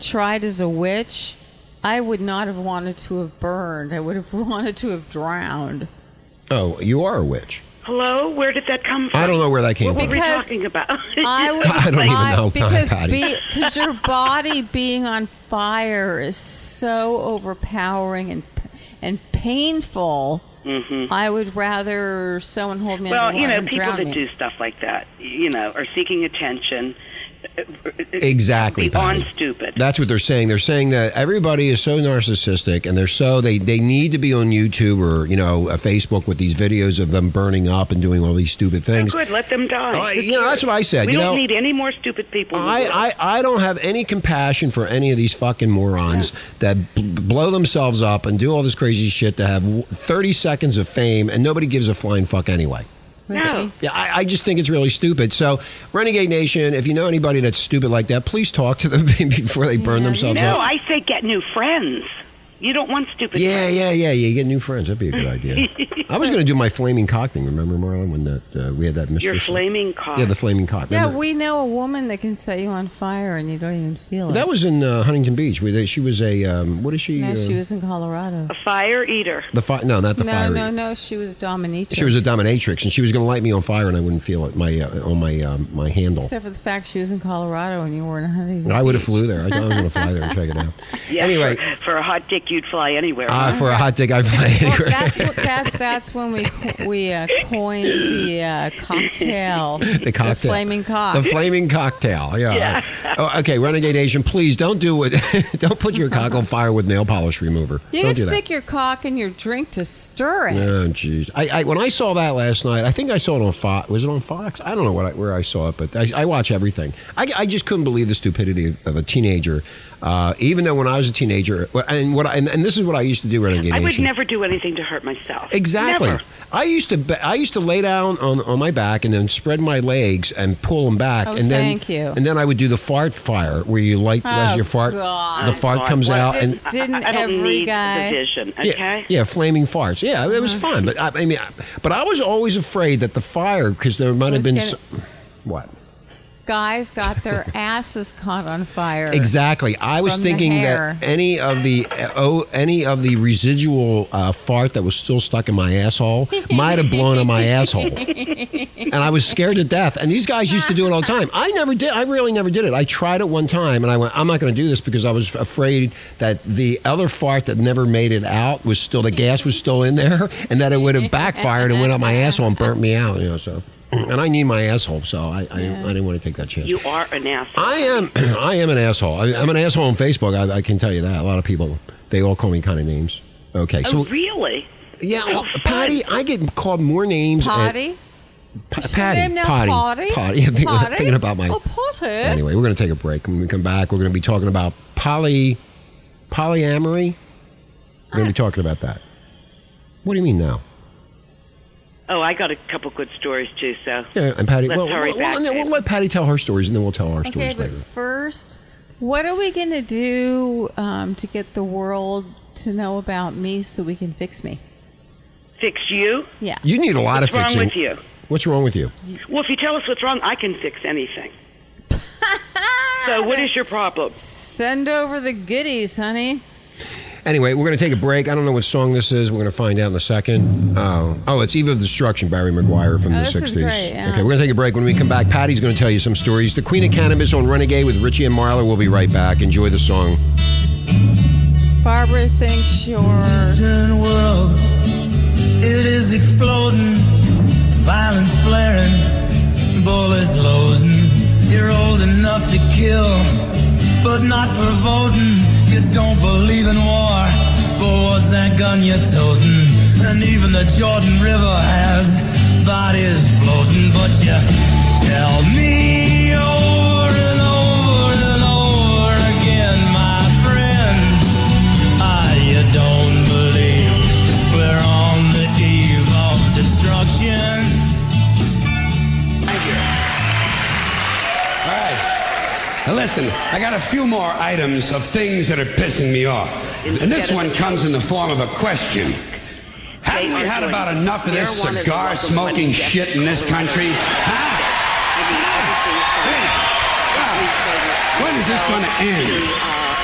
[SPEAKER 4] tried as a witch, I would not have wanted to have burned. I would have wanted to have drowned.
[SPEAKER 2] Oh, you are a witch.
[SPEAKER 3] Hello, where did that come from?
[SPEAKER 2] I don't know where that came
[SPEAKER 3] What
[SPEAKER 2] from.
[SPEAKER 3] were we
[SPEAKER 4] Because
[SPEAKER 3] talking about?
[SPEAKER 4] I would.
[SPEAKER 2] I don't even know,
[SPEAKER 4] because
[SPEAKER 2] Patty.
[SPEAKER 4] because your body being on fire is so overpowering and and painful.
[SPEAKER 3] Mm-hmm.
[SPEAKER 4] I would rather someone hold me.
[SPEAKER 3] Mm. well,
[SPEAKER 4] underwater
[SPEAKER 3] you know,
[SPEAKER 4] and
[SPEAKER 3] people
[SPEAKER 4] drown
[SPEAKER 3] that
[SPEAKER 4] me.
[SPEAKER 3] do stuff like that, you know, are seeking attention.
[SPEAKER 2] Exactly,
[SPEAKER 3] Beyond
[SPEAKER 2] Patty.
[SPEAKER 3] stupid.
[SPEAKER 2] That's what they're saying. They're saying that everybody is so narcissistic, and they're so they they need to be on YouTube or you know uh, Facebook with these videos of them burning up and doing all these stupid things.
[SPEAKER 3] Good, let them die.
[SPEAKER 2] Uh,
[SPEAKER 3] Who
[SPEAKER 2] you know, that's
[SPEAKER 3] cares?
[SPEAKER 2] what I said.
[SPEAKER 3] We
[SPEAKER 2] you
[SPEAKER 3] don't
[SPEAKER 2] know,
[SPEAKER 3] need any more stupid people. in the world.
[SPEAKER 2] I, I, I don't have any compassion for any of these fucking morons that b- blow themselves up and do all this crazy shit to have w- 30 seconds of fame and nobody gives a flying fuck anyway.
[SPEAKER 3] no.
[SPEAKER 2] Yeah, I, I just think it's really stupid. So, Renegade Nation, if you know anybody that's stupid like that, please talk to them before they burn
[SPEAKER 4] Yeah,
[SPEAKER 2] themselves
[SPEAKER 4] you
[SPEAKER 3] No,
[SPEAKER 2] up.
[SPEAKER 3] I say get new friends. You don't want stupid
[SPEAKER 2] Yeah,
[SPEAKER 3] friends.
[SPEAKER 2] yeah, yeah, yeah. You get new friends. That'd be a good idea. I was going to do my flaming cock thing. Remember, Marlon, when that uh, we had that mystery?
[SPEAKER 3] Your flaming cock.
[SPEAKER 2] Yeah, the flaming cock.
[SPEAKER 4] Yeah,
[SPEAKER 2] Remember?
[SPEAKER 4] we know a woman that can set you on fire and you don't even feel it.
[SPEAKER 2] that was in uh, Huntington Beach. We, they, she was a um, what is she?
[SPEAKER 4] no,
[SPEAKER 2] uh,
[SPEAKER 4] she was in Colorado.
[SPEAKER 3] a fire eater.
[SPEAKER 2] the fi- no, not the
[SPEAKER 4] no,
[SPEAKER 2] fire.
[SPEAKER 4] no, no, she was a dominatrix.
[SPEAKER 2] She was a dominatrix, and she was going to light me on fire, and I wouldn't feel it my uh, on my um, my handle.
[SPEAKER 4] Except for the fact she was in Colorado and you were in Huntington.
[SPEAKER 2] I would have
[SPEAKER 4] Beach.
[SPEAKER 2] flew there. I, I was going to fly there and check it out.
[SPEAKER 3] Yeah,
[SPEAKER 2] anyway,
[SPEAKER 3] for, for a hot dick, you'd fly anywhere.
[SPEAKER 2] uh, for a hot dick, I fly
[SPEAKER 4] Well,
[SPEAKER 2] anywhere.
[SPEAKER 4] that's what, that, that's when we co- we uh, coined the uh, cocktail,
[SPEAKER 2] the cocktail,
[SPEAKER 4] flaming cock.
[SPEAKER 2] the flaming cocktail. Yeah. Oh, okay, Renegade Nation, please don't do it. don't put your cock on fire with nail polish remover.
[SPEAKER 4] you
[SPEAKER 2] don't
[SPEAKER 4] can
[SPEAKER 2] do that.
[SPEAKER 4] stick your cock in your drink to stir it.
[SPEAKER 2] Oh jeez! I, I when I saw that last night, I think I saw it on Fox. Was it on Fox? I don't know what I, where I saw it, but I, I watch everything. I, I just couldn't believe the stupidity of, of a teenager. Uh, even though when I was a teenager, and what I, and, and this is what I used to do, Renegade
[SPEAKER 3] I would
[SPEAKER 2] Nation.
[SPEAKER 3] never do anything to hurt myself.
[SPEAKER 2] Exactly.
[SPEAKER 3] Never.
[SPEAKER 2] I used to be- I used to lay down on, on my back and then spread my legs and pull them back
[SPEAKER 4] Oh,
[SPEAKER 2] and then
[SPEAKER 4] thank you.
[SPEAKER 2] and then I would do the fart fire where you light as
[SPEAKER 4] Oh,
[SPEAKER 2] your fart
[SPEAKER 4] God.
[SPEAKER 2] the fart comes
[SPEAKER 4] What
[SPEAKER 2] out
[SPEAKER 4] did-
[SPEAKER 2] and
[SPEAKER 3] I-
[SPEAKER 4] Didn't
[SPEAKER 3] I, I don't
[SPEAKER 4] every
[SPEAKER 3] need
[SPEAKER 4] guy-
[SPEAKER 3] the vision,
[SPEAKER 2] yeah,
[SPEAKER 3] okay?
[SPEAKER 2] Yeah, flaming farts. Yeah, it
[SPEAKER 4] Uh-huh.
[SPEAKER 2] was fun, but I, I mean, I- but I was always afraid that the fire because there might have
[SPEAKER 4] Was
[SPEAKER 2] been
[SPEAKER 4] gonna-
[SPEAKER 2] some, what
[SPEAKER 4] Guys got their asses caught on fire.
[SPEAKER 2] exactly. I was
[SPEAKER 4] From the
[SPEAKER 2] thinking
[SPEAKER 4] hair.
[SPEAKER 2] that any of the oh any of the residual uh, fart that was still stuck in my asshole might have blown on my asshole, and I was scared to death. And these guys used to do it all the time. I never did. I really never did it. I tried it one time, and I went, I'm not going to do this because I was afraid that the other fart that never made it out was still the gas was still in there, and that it would have backfired and went up my asshole and burnt me out. You know, so and I need my asshole, so I, I,
[SPEAKER 4] Yeah.
[SPEAKER 2] I didn't want to take that chance.
[SPEAKER 3] You are an asshole.
[SPEAKER 2] I am I am an asshole. I, I'm an asshole on Facebook. I, I can tell you that. A lot of people they all call me kind of names. Okay,
[SPEAKER 3] Oh,
[SPEAKER 2] so
[SPEAKER 3] really?
[SPEAKER 2] yeah,
[SPEAKER 4] oh,
[SPEAKER 3] how
[SPEAKER 2] well, Patty, I get called more names. and-
[SPEAKER 4] Potty.
[SPEAKER 2] Pa-
[SPEAKER 4] Is your
[SPEAKER 2] Patty,
[SPEAKER 4] name now
[SPEAKER 2] Potty,
[SPEAKER 4] Potty?
[SPEAKER 2] Potty. I'm thinking,
[SPEAKER 4] Potty?
[SPEAKER 2] thinking about my.
[SPEAKER 4] Oh, Potty.
[SPEAKER 2] Anyway, we're going to take a break. When we come back, we're going to be talking about poly polyamory. We're
[SPEAKER 4] Uh.
[SPEAKER 2] going to be talking about that. What do you mean now?
[SPEAKER 3] Oh, I got a couple good stories too. So
[SPEAKER 2] Yeah, and Patty.
[SPEAKER 3] Let's
[SPEAKER 2] well,
[SPEAKER 3] hurry
[SPEAKER 2] well,
[SPEAKER 3] back,
[SPEAKER 2] well, no,
[SPEAKER 3] Dave.
[SPEAKER 2] we'll let Patty tell her stories, and then we'll tell our
[SPEAKER 4] Okay,
[SPEAKER 2] stories
[SPEAKER 4] but
[SPEAKER 2] later.
[SPEAKER 4] first, what are we going to do um, to get the world to know about me so we can fix me?
[SPEAKER 3] fix you.
[SPEAKER 4] Yeah.
[SPEAKER 2] You need a lot
[SPEAKER 3] What's
[SPEAKER 2] of
[SPEAKER 3] wrong
[SPEAKER 2] fixing.
[SPEAKER 3] with you?
[SPEAKER 2] What's wrong with you?
[SPEAKER 3] Well, if you tell us what's wrong, I can fix anything. So what is your problem?
[SPEAKER 4] Send over the goodies, honey.
[SPEAKER 2] Anyway, we're going to take a break. I don't know what song this is. We're going to find out in a second. Oh, oh, it's Eve of Destruction, Barry McGuire from the
[SPEAKER 4] Oh, this
[SPEAKER 2] 60s.
[SPEAKER 4] is great, yeah.
[SPEAKER 2] Okay, we're going to take a break. When we come back, Patty's going to tell you some stories. The Queen of Cannabis on Renegade with Richie and Marla. We'll be right back. Enjoy the song.
[SPEAKER 4] Barbara thinks you're.
[SPEAKER 5] Western world, it is exploding, violence flaring, bullets loading. You're old enough to kill, but not for voting. You don't believe in war, but what's that gun you're toting? And even the Jordan River has bodies floating, but you tell me. over and over and over again, my friend. Ah, you don't believe we're on the eve of destruction. Thank you.
[SPEAKER 6] All right. Now listen, I got a few more items of things that are pissing me off. And this one comes in the form of a question. Haven't we had about enough of this cigar smoking shit in this country? Huh? When is this going to end?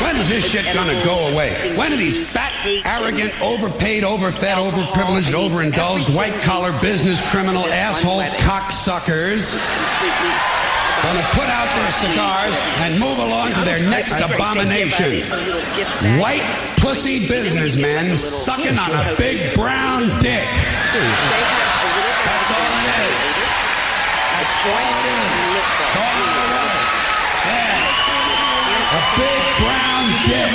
[SPEAKER 6] When is this shit going to go away? When are these fat, arrogant, overpaid, overfed, overprivileged, overindulged, white collar, business criminal, asshole, cocksuckers? going to put out their cigars and move along to their next abomination. White pussy businessmen sucking on a big brown dick. That's all it is. That's all it is. That's all it is. Yeah. A big brown dick.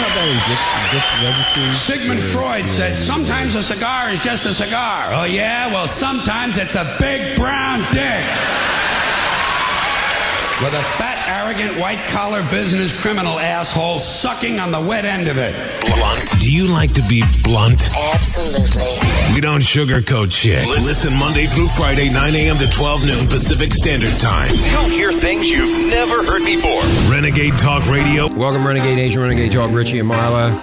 [SPEAKER 6] Sigmund Freud said, sometimes a cigar is just a cigar. Oh, yeah? Well, sometimes it's a big brown dick. With a fat, arrogant, white collar business criminal asshole sucking on the wet end of it.
[SPEAKER 1] Blunt. Do you like to be blunt?
[SPEAKER 7] Absolutely.
[SPEAKER 1] We don't sugarcoat shit. Listen Monday through Friday, 9 a.m. to 12 noon Pacific Standard Time.
[SPEAKER 8] You'll hear things you've never heard before.
[SPEAKER 1] Renegade Talk Radio.
[SPEAKER 2] Welcome, Renegade Nation, Renegade Talk, Richie and Marla.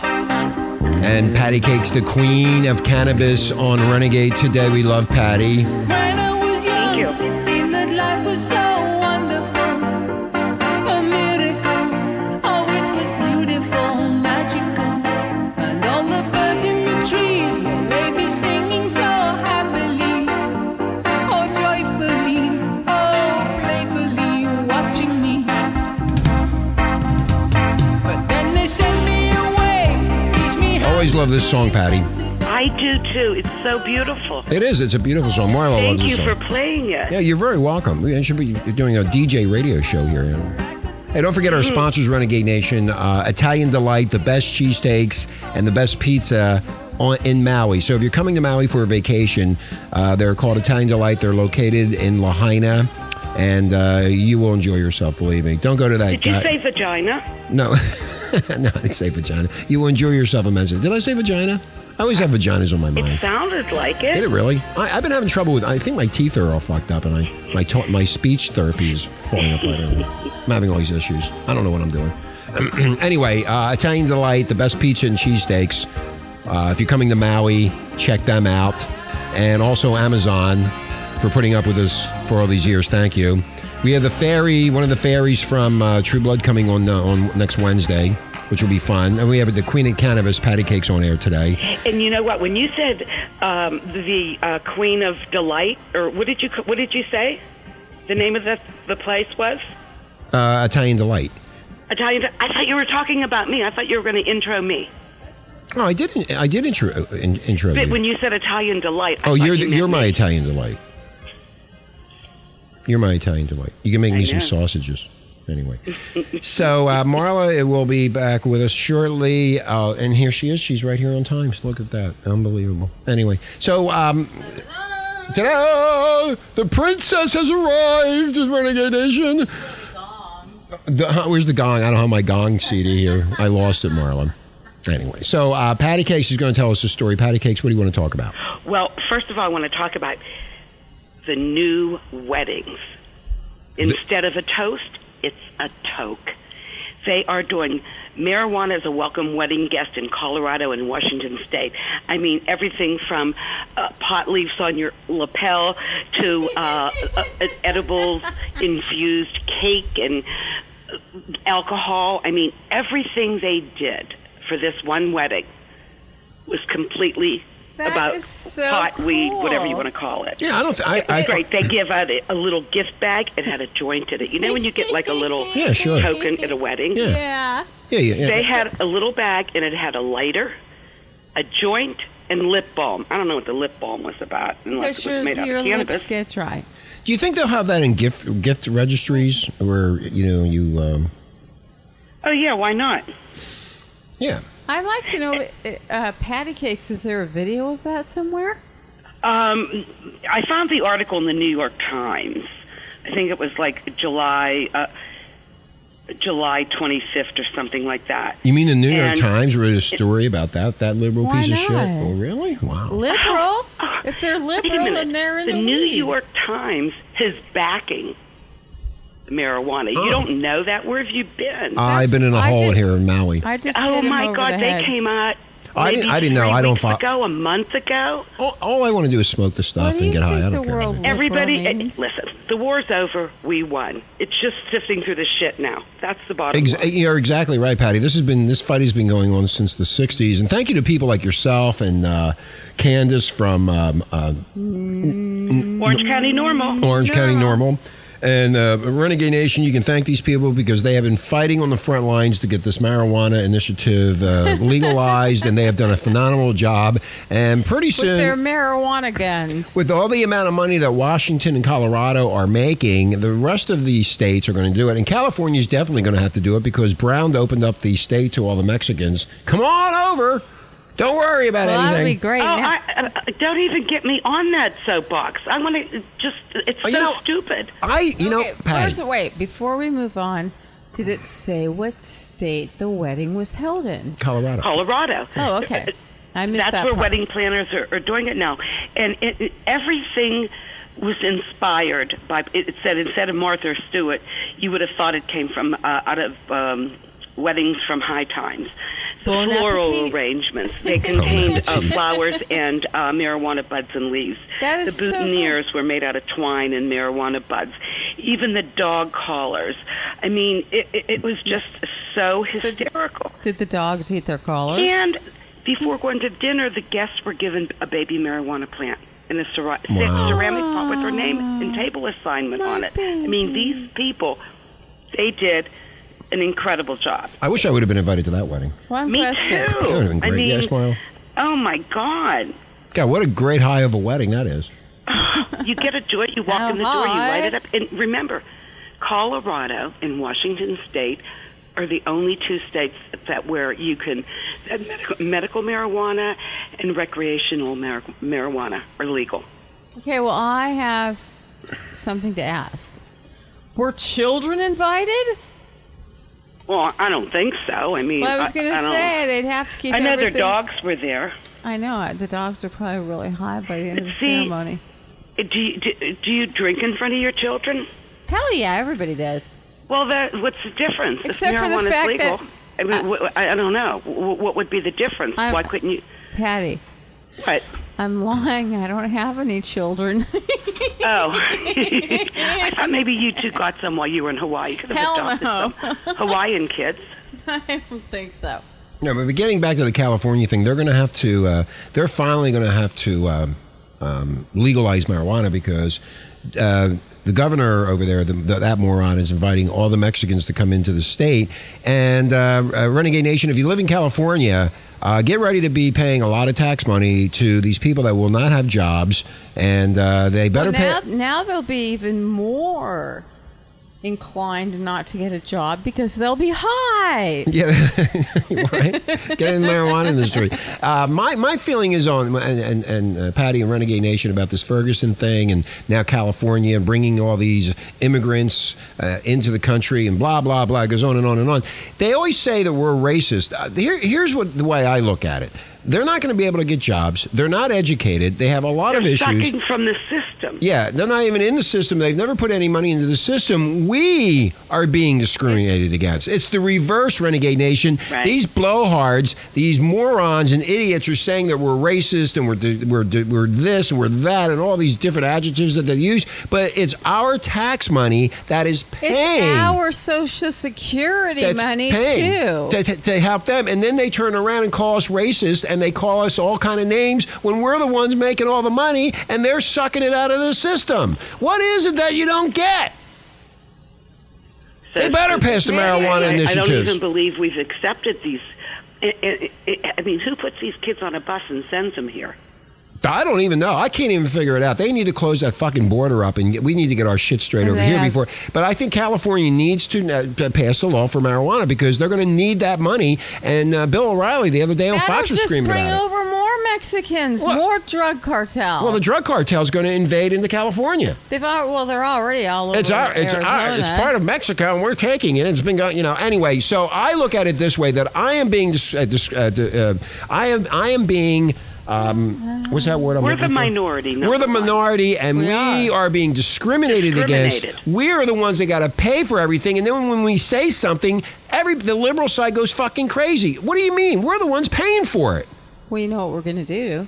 [SPEAKER 2] And Patty Cakes, the Queen of Cannabis on Renegade today. We love Patty.
[SPEAKER 9] When I was young,
[SPEAKER 3] you.
[SPEAKER 9] it seemed that life was so wonderful. A miracle. Oh, it was beautiful, magical. And all the birds in the trees you may be singing so happily. Oh, joyfully. Oh, playfully watching me. But then they sent me away. Teach me how
[SPEAKER 2] Always love this song, Patty.
[SPEAKER 3] I do too. It's so beautiful.
[SPEAKER 2] It is. It's a beautiful song. Marla
[SPEAKER 3] Thank
[SPEAKER 2] loves this
[SPEAKER 3] you
[SPEAKER 2] song.
[SPEAKER 3] for playing it.
[SPEAKER 2] Yeah, you're very welcome. We should be doing a DJ radio show here. you know. Hey, don't forget our sponsors, Renegade Nation, uh, Italian Delight, the best cheesesteaks and the best pizza on, in Maui. So if you're coming to Maui for a vacation, uh, they're called Italian Delight. They're located in Lahaina, and uh, you will enjoy yourself, believe me. Don't go to that
[SPEAKER 3] Did you
[SPEAKER 2] guy-
[SPEAKER 3] say vagina?
[SPEAKER 2] no, no, I didn't say vagina. You will enjoy yourself immensely. Did I say vagina? I always have vaginas on my mind.
[SPEAKER 3] It sounded like
[SPEAKER 2] Did it
[SPEAKER 3] it.
[SPEAKER 2] really? I, I've been having trouble with. I think my teeth are all fucked up, and I my to- my speech therapy is falling apart. I'm having all these issues. I don't know what I'm doing. anyway, uh, Italian delight, the best pizza and cheesesteaks. Uh, if you're coming to Maui, check them out, and also Amazon for putting up with us for all these years. Thank you. We have the ferry, one of the ferries from uh, True Blood, coming on uh, on next Wednesday, which will be fun. And we have the Queen of Cannabis patty cakes on air today.
[SPEAKER 3] And you know what? When you said um, the uh, Queen of Delight, or what did you what did you say? The name of the the place was
[SPEAKER 2] Uh, Italian delight.
[SPEAKER 3] Italian. I thought you were talking about me. I thought you were going to intro me.
[SPEAKER 2] No, Oh, I did. I did intro uh, in, intro.
[SPEAKER 3] But
[SPEAKER 2] you.
[SPEAKER 3] when you said Italian delight, I
[SPEAKER 2] oh,
[SPEAKER 3] thought
[SPEAKER 2] you're
[SPEAKER 3] you
[SPEAKER 2] the,
[SPEAKER 3] meant
[SPEAKER 2] you're my
[SPEAKER 3] me.
[SPEAKER 2] Italian delight. You're my Italian delight. You can make
[SPEAKER 3] I
[SPEAKER 2] me some
[SPEAKER 3] know.
[SPEAKER 2] sausages. Anyway, so uh, Marla will be back with us shortly, uh, and here she is. She's right here on time. Look at that, unbelievable. Anyway, so um, ta-da! The princess has arrived. Is Renegade Nation? The, huh, where's the gong? I don't have my gong CD here. I lost it, Marla. Anyway, so uh, Patty Cakes is going to tell us a story. Patty Cakes, what do you want to talk about?
[SPEAKER 3] Well, first of all, I want to talk about the new weddings. Instead of a toast, it's a toke. They are doing marijuana as a welcome wedding guest in Colorado and Washington State. I mean, everything from uh, pot leaves on your lapel to uh, uh, edibles infused cake and uh, alcohol. I mean, everything they did for this one wedding was completely
[SPEAKER 4] That
[SPEAKER 3] about
[SPEAKER 4] is so
[SPEAKER 3] pot weed, whatever you
[SPEAKER 4] cool.
[SPEAKER 3] want to call it.
[SPEAKER 2] Yeah, I don't. Th- I, I,
[SPEAKER 3] It's great. They give out a, a little gift bag. It had a joint in it. You know when you get like a little
[SPEAKER 2] Yeah, sure.
[SPEAKER 3] token at a wedding?
[SPEAKER 2] Yeah.
[SPEAKER 4] Yeah.
[SPEAKER 2] yeah, yeah, yeah.
[SPEAKER 3] They had a little bag and it had a lighter, a joint, and lip balm. I don't know what the lip balm was about unless
[SPEAKER 4] Because
[SPEAKER 3] it was made out
[SPEAKER 4] your
[SPEAKER 3] of
[SPEAKER 4] lips
[SPEAKER 3] cannabis.
[SPEAKER 4] get dry.
[SPEAKER 2] Do you think they'll have that in gift gift registries where you know you um,
[SPEAKER 3] Oh yeah, why not?
[SPEAKER 2] yeah
[SPEAKER 4] I'd like to know, uh, patty cakes. Is there a video of that somewhere?
[SPEAKER 3] Um, I found the article in the New York Times. I think it was like July uh, July 25th or something like that.
[SPEAKER 2] you mean the New York
[SPEAKER 3] And-
[SPEAKER 2] Times wrote a story about that that liberal
[SPEAKER 4] Why
[SPEAKER 2] piece of shit
[SPEAKER 4] not?
[SPEAKER 2] oh really wow
[SPEAKER 4] Liberal. If they're
[SPEAKER 3] Oh. Wait a
[SPEAKER 4] liberal
[SPEAKER 3] minute.
[SPEAKER 4] and they're in the,
[SPEAKER 3] New
[SPEAKER 4] lead.
[SPEAKER 3] York Times is backing marijuana.
[SPEAKER 2] Oh.
[SPEAKER 3] You don't know that. Where have you been?
[SPEAKER 2] I've been in a
[SPEAKER 4] I
[SPEAKER 2] hole
[SPEAKER 4] did-
[SPEAKER 2] here in Maui
[SPEAKER 4] I just
[SPEAKER 3] oh
[SPEAKER 4] hit him
[SPEAKER 3] my
[SPEAKER 4] over
[SPEAKER 3] God!
[SPEAKER 4] the
[SPEAKER 3] they
[SPEAKER 4] head.
[SPEAKER 3] came out.
[SPEAKER 2] Oh, I
[SPEAKER 3] maybe
[SPEAKER 2] didn't- I didn't know.
[SPEAKER 3] three
[SPEAKER 2] I don't
[SPEAKER 3] weeks
[SPEAKER 2] fo-
[SPEAKER 3] ago, a month ago.
[SPEAKER 2] all, all I want to do is smoke the
[SPEAKER 4] What
[SPEAKER 2] stuff
[SPEAKER 4] do
[SPEAKER 2] and
[SPEAKER 4] you
[SPEAKER 2] get high
[SPEAKER 4] think
[SPEAKER 2] I
[SPEAKER 4] the
[SPEAKER 2] don't care
[SPEAKER 4] world
[SPEAKER 2] anymore.
[SPEAKER 4] will-
[SPEAKER 3] Everybody,
[SPEAKER 4] Liberal
[SPEAKER 3] eh,
[SPEAKER 4] means-
[SPEAKER 3] listen. The war's over. We won. It's just sifting through the shit now. That's the bottom
[SPEAKER 2] Ex- eh,
[SPEAKER 3] line.
[SPEAKER 2] you're exactly right, Patty. This has been this fight has been going on since the '60s, and thank you to people like yourself and uh, Candace from um, uh, eh,
[SPEAKER 3] Orange County
[SPEAKER 4] Mm.
[SPEAKER 3] Normal.
[SPEAKER 2] Orange County Normal. And uh, Renegade Nation, you can thank these people because they have been fighting on the front lines to get this marijuana initiative uh, legalized, and they have done a phenomenal job. And pretty
[SPEAKER 4] with
[SPEAKER 2] soon,
[SPEAKER 4] their marijuana guns.
[SPEAKER 2] with all the amount of money that Washington and Colorado are making, the rest of the states are going to do it. And California's definitely going to have to do it because Brown opened up the state to all the Mexicans. Come on over. Don't worry about
[SPEAKER 4] well, that'd be
[SPEAKER 2] anything.
[SPEAKER 4] great.
[SPEAKER 3] Oh,
[SPEAKER 4] Now-
[SPEAKER 3] I, uh, don't even get me on that soapbox. I want to just—it's so
[SPEAKER 2] Oh, you know-
[SPEAKER 3] stupid.
[SPEAKER 2] I, you know,
[SPEAKER 4] Okay,
[SPEAKER 2] Patty.
[SPEAKER 4] first, wait, before we move on, did it say what state the wedding was held in?
[SPEAKER 2] Colorado.
[SPEAKER 3] Colorado.
[SPEAKER 4] Oh, okay. I missed
[SPEAKER 3] That's
[SPEAKER 4] that.
[SPEAKER 3] where
[SPEAKER 4] part.
[SPEAKER 3] wedding planners are, are doing it now, and it, it- everything was inspired by. It it said instead of Martha Stewart, you would have thought it came from uh, out of um, weddings from High Times. The
[SPEAKER 4] Bon
[SPEAKER 3] floral
[SPEAKER 4] appetit.
[SPEAKER 3] arrangements they contained uh,
[SPEAKER 2] appetit.
[SPEAKER 3] flowers and uh, marijuana buds and leaves.
[SPEAKER 4] That is
[SPEAKER 3] the
[SPEAKER 4] so cool.
[SPEAKER 3] boutonnieres were made out of twine and marijuana buds. Even the dog collars. I mean, it, it, it was just
[SPEAKER 4] So-
[SPEAKER 3] so hysterical.
[SPEAKER 4] Did the dogs eat their collars?
[SPEAKER 3] And before going to dinner, the guests were given a baby marijuana plant in a cera-
[SPEAKER 2] Wow.
[SPEAKER 3] ceramic pot with her name and table assignment
[SPEAKER 4] My
[SPEAKER 3] on it. I mean, these people, they did an incredible job.
[SPEAKER 2] I wish I would have been invited to that wedding.
[SPEAKER 4] One
[SPEAKER 3] Me
[SPEAKER 4] question.
[SPEAKER 3] too.
[SPEAKER 2] That would have been
[SPEAKER 3] I
[SPEAKER 2] great.
[SPEAKER 3] mean,
[SPEAKER 2] yes, Marla.
[SPEAKER 3] oh my God.
[SPEAKER 2] God, what a great high of a wedding that is.
[SPEAKER 3] You get a joint, you walk
[SPEAKER 4] How
[SPEAKER 3] in the door, you light
[SPEAKER 4] high?
[SPEAKER 3] it up. And remember, Colorado and Washington State are the only two states that where you can that medical, medical marijuana and recreational mar- marijuana are legal.
[SPEAKER 4] Okay, well, I have something to ask. Were children invited?
[SPEAKER 3] Well, I don't think so. Mm, I mean,
[SPEAKER 4] Well, I was going to
[SPEAKER 3] don't-
[SPEAKER 4] say they'd have to keep
[SPEAKER 3] I know their
[SPEAKER 4] everything-
[SPEAKER 3] dogs were there.
[SPEAKER 4] I know the dogs are probably really high by the end of the
[SPEAKER 3] See-
[SPEAKER 4] ceremony.
[SPEAKER 3] Do you, do, do you drink in front of your children?
[SPEAKER 4] Hell yeah, everybody does.
[SPEAKER 3] Well, that, what's the difference? If
[SPEAKER 4] Except for the
[SPEAKER 3] marijuana's
[SPEAKER 4] fact
[SPEAKER 3] legal,
[SPEAKER 4] that-
[SPEAKER 3] I, mean, wh- I, I don't know. Wh- What would be the difference?
[SPEAKER 4] I'm-
[SPEAKER 3] Why couldn't you?
[SPEAKER 4] Patty,
[SPEAKER 3] What?
[SPEAKER 4] I'm lying. I don't have any children.
[SPEAKER 3] Oh, I thought maybe you two got some while you were in Hawaii. You could have
[SPEAKER 4] Hell
[SPEAKER 3] adopted
[SPEAKER 4] no.
[SPEAKER 3] some Hawaiian kids.
[SPEAKER 4] I don't think so.
[SPEAKER 2] No, but getting back to the California thing, they're going to have to. Uh, they're finally going to have to um, um, legalize marijuana because uh, the governor over there, the, the, that moron, is inviting all the Mexicans to come into the state. And uh, uh, Renegade Nation, if you live in California, uh, get ready to be paying a lot of tax money to these people that will not have jobs, and uh, they better
[SPEAKER 4] Well, now,
[SPEAKER 2] pay.
[SPEAKER 4] now they'll be even more inclined not to get a job because they'll be high.
[SPEAKER 2] Yeah, right. Get in the marijuana industry. Uh, my my feeling is on and and, and uh, Patty and Renegade Nation about this Ferguson thing, and now California bringing all these immigrants uh, into the country, and blah blah blah. It goes on and on and on. They always say that we're racist. Uh, here, here's what the way I look at it. They're not going to be able to get jobs. They're not educated. They have a lot of
[SPEAKER 3] They're
[SPEAKER 2] issues.
[SPEAKER 3] sucking from the system.
[SPEAKER 2] Yeah, they're not even in the system. They've never put any money into the system. We are being discriminated against. It's the reverse renegade nation.
[SPEAKER 3] Right.
[SPEAKER 2] These blowhards, these morons and idiots are saying that we're racist and we're we're we're this and we're that and all these different adjectives that they use. But it's our tax money that is paying.
[SPEAKER 4] It's our social security
[SPEAKER 2] that's
[SPEAKER 4] money
[SPEAKER 2] paying
[SPEAKER 4] too.
[SPEAKER 2] to, to- to help them, and then they turn around and call us racist, and they call us all kind of names when we're the ones making all the money, and they're sucking it out of the system. What is it that you don't get?
[SPEAKER 3] So
[SPEAKER 2] They better pass the
[SPEAKER 3] I-
[SPEAKER 2] marijuana
[SPEAKER 3] I, I
[SPEAKER 2] initiatives.
[SPEAKER 3] don't even believe we've accepted these. I, I- I- I mean, who puts these kids on a bus and sends them here?
[SPEAKER 2] I don't even know. I can't even figure it out. They need to close that fucking border up, and we need to get our shit straight
[SPEAKER 4] And
[SPEAKER 2] over
[SPEAKER 4] they
[SPEAKER 2] here
[SPEAKER 4] have-
[SPEAKER 2] before. But I think California needs to uh, to pass a law for marijuana because they're going to need that money. And uh, Bill O'Reilly the other day on
[SPEAKER 4] That'll
[SPEAKER 2] Fox was
[SPEAKER 4] just
[SPEAKER 2] screaming
[SPEAKER 4] bring
[SPEAKER 2] about it.
[SPEAKER 4] over more Mexicans,
[SPEAKER 2] Well-
[SPEAKER 4] more drug cartel.
[SPEAKER 2] Well, the drug cartel's going to invade into California.
[SPEAKER 4] They've al- well, they're already all over.
[SPEAKER 2] It's our, it's our, it's part of Mexico, and we're taking it. It's been going, you know. Anyway, so I look at it this way: that I am being, dis- uh, dis- uh, d- uh, I am, I am being, um, what's that word? I'm
[SPEAKER 3] We're
[SPEAKER 2] looking
[SPEAKER 3] the
[SPEAKER 2] for?
[SPEAKER 3] minority,
[SPEAKER 2] We're
[SPEAKER 3] number
[SPEAKER 2] the
[SPEAKER 3] one.
[SPEAKER 2] minority, and we,
[SPEAKER 4] We
[SPEAKER 2] are. being discriminated, against.
[SPEAKER 3] Discriminated.
[SPEAKER 2] We are the ones that got to pay for everything, and then when we say something, every the liberal side goes fucking crazy. What do you mean? We're the ones paying for it.
[SPEAKER 4] Well, you know what we're going to do?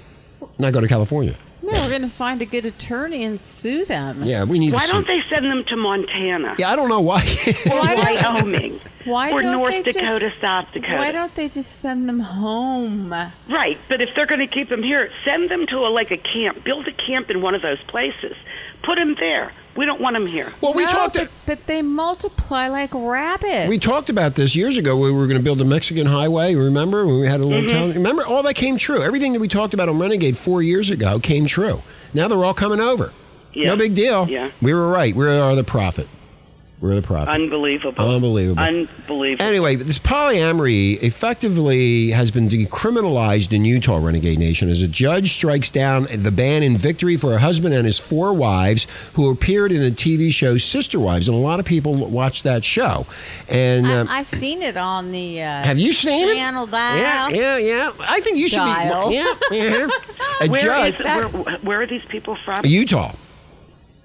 [SPEAKER 2] Now go to California.
[SPEAKER 4] No, we're going to find a good attorney and sue them.
[SPEAKER 2] Yeah, we need.
[SPEAKER 3] Why
[SPEAKER 2] to
[SPEAKER 3] don't
[SPEAKER 2] see.
[SPEAKER 3] they send them to Montana
[SPEAKER 2] Yeah, I don't know why.
[SPEAKER 3] or
[SPEAKER 4] Why don't-
[SPEAKER 3] Wyoming
[SPEAKER 4] Why
[SPEAKER 3] or
[SPEAKER 4] don't
[SPEAKER 3] North
[SPEAKER 4] they
[SPEAKER 3] Dakota,
[SPEAKER 4] just,
[SPEAKER 3] South Dakota?
[SPEAKER 4] Why don't they just send them home?
[SPEAKER 3] Right, but if they're going to keep them here, send them to a, like a camp. Build a camp in one of those places. Put them there. We don't want them here.
[SPEAKER 2] well, we
[SPEAKER 4] No,
[SPEAKER 2] talked.
[SPEAKER 4] but, but they multiply like rabbits.
[SPEAKER 2] We talked about this years ago. We were going to build a Mexican highway. Remember when we had a little town? Remember all that came true. Everything that we talked about on Renegade four years ago came true. Now they're all coming over.
[SPEAKER 3] Yeah.
[SPEAKER 2] No big deal.
[SPEAKER 3] Yeah.
[SPEAKER 2] we were right. We are the prophet. We're the prophet.
[SPEAKER 3] Unbelievable.
[SPEAKER 2] Unbelievable.
[SPEAKER 3] Unbelievable.
[SPEAKER 2] Anyway, this polyamory effectively has been decriminalized in Utah, Renegade Nation, as a judge strikes down the ban in victory for a husband and his four wives who appeared in the TV show Sister Wives. And a lot of people watch that show. And
[SPEAKER 4] I,
[SPEAKER 2] um,
[SPEAKER 4] I seen it on the. Uh,
[SPEAKER 2] Have you seen it?
[SPEAKER 4] channel Dial.
[SPEAKER 2] Yeah, yeah, yeah. I think you should
[SPEAKER 4] Dial.
[SPEAKER 2] be. Yeah, yeah. A
[SPEAKER 3] Where
[SPEAKER 2] judge.
[SPEAKER 3] is- where, where are these people from?
[SPEAKER 2] Utah.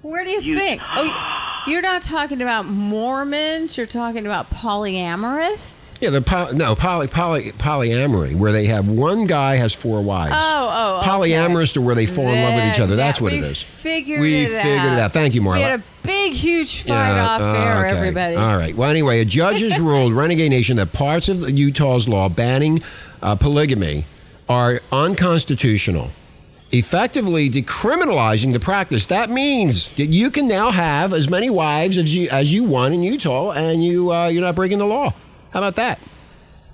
[SPEAKER 4] Where do you,
[SPEAKER 3] You-
[SPEAKER 4] think? Oh, you're not talking about Mormons. You're talking about polyamorous.
[SPEAKER 2] Yeah, the poly, no poly, poly polyamory, where they have one guy has four wives.
[SPEAKER 4] Oh, oh, okay.
[SPEAKER 2] Polyamorous to where they fall in love with each
[SPEAKER 4] There,
[SPEAKER 2] other. That's
[SPEAKER 4] that-
[SPEAKER 2] what it
[SPEAKER 4] we
[SPEAKER 2] is.
[SPEAKER 4] Figured
[SPEAKER 2] We
[SPEAKER 4] it out.
[SPEAKER 2] figured it out. Thank you,
[SPEAKER 4] We
[SPEAKER 2] Marla.
[SPEAKER 4] had a big, huge fight
[SPEAKER 2] Yeah,
[SPEAKER 4] off
[SPEAKER 2] oh,
[SPEAKER 4] air,
[SPEAKER 2] okay.
[SPEAKER 4] everybody.
[SPEAKER 2] All right. Well, anyway, a judge has ruled, Renegade Nation, that parts of Utah's law banning uh, polygamy are unconstitutional, effectively decriminalizing the practice. That means that you can now have as many wives as you as you want in Utah, and you uh, you're not breaking the law. How about that?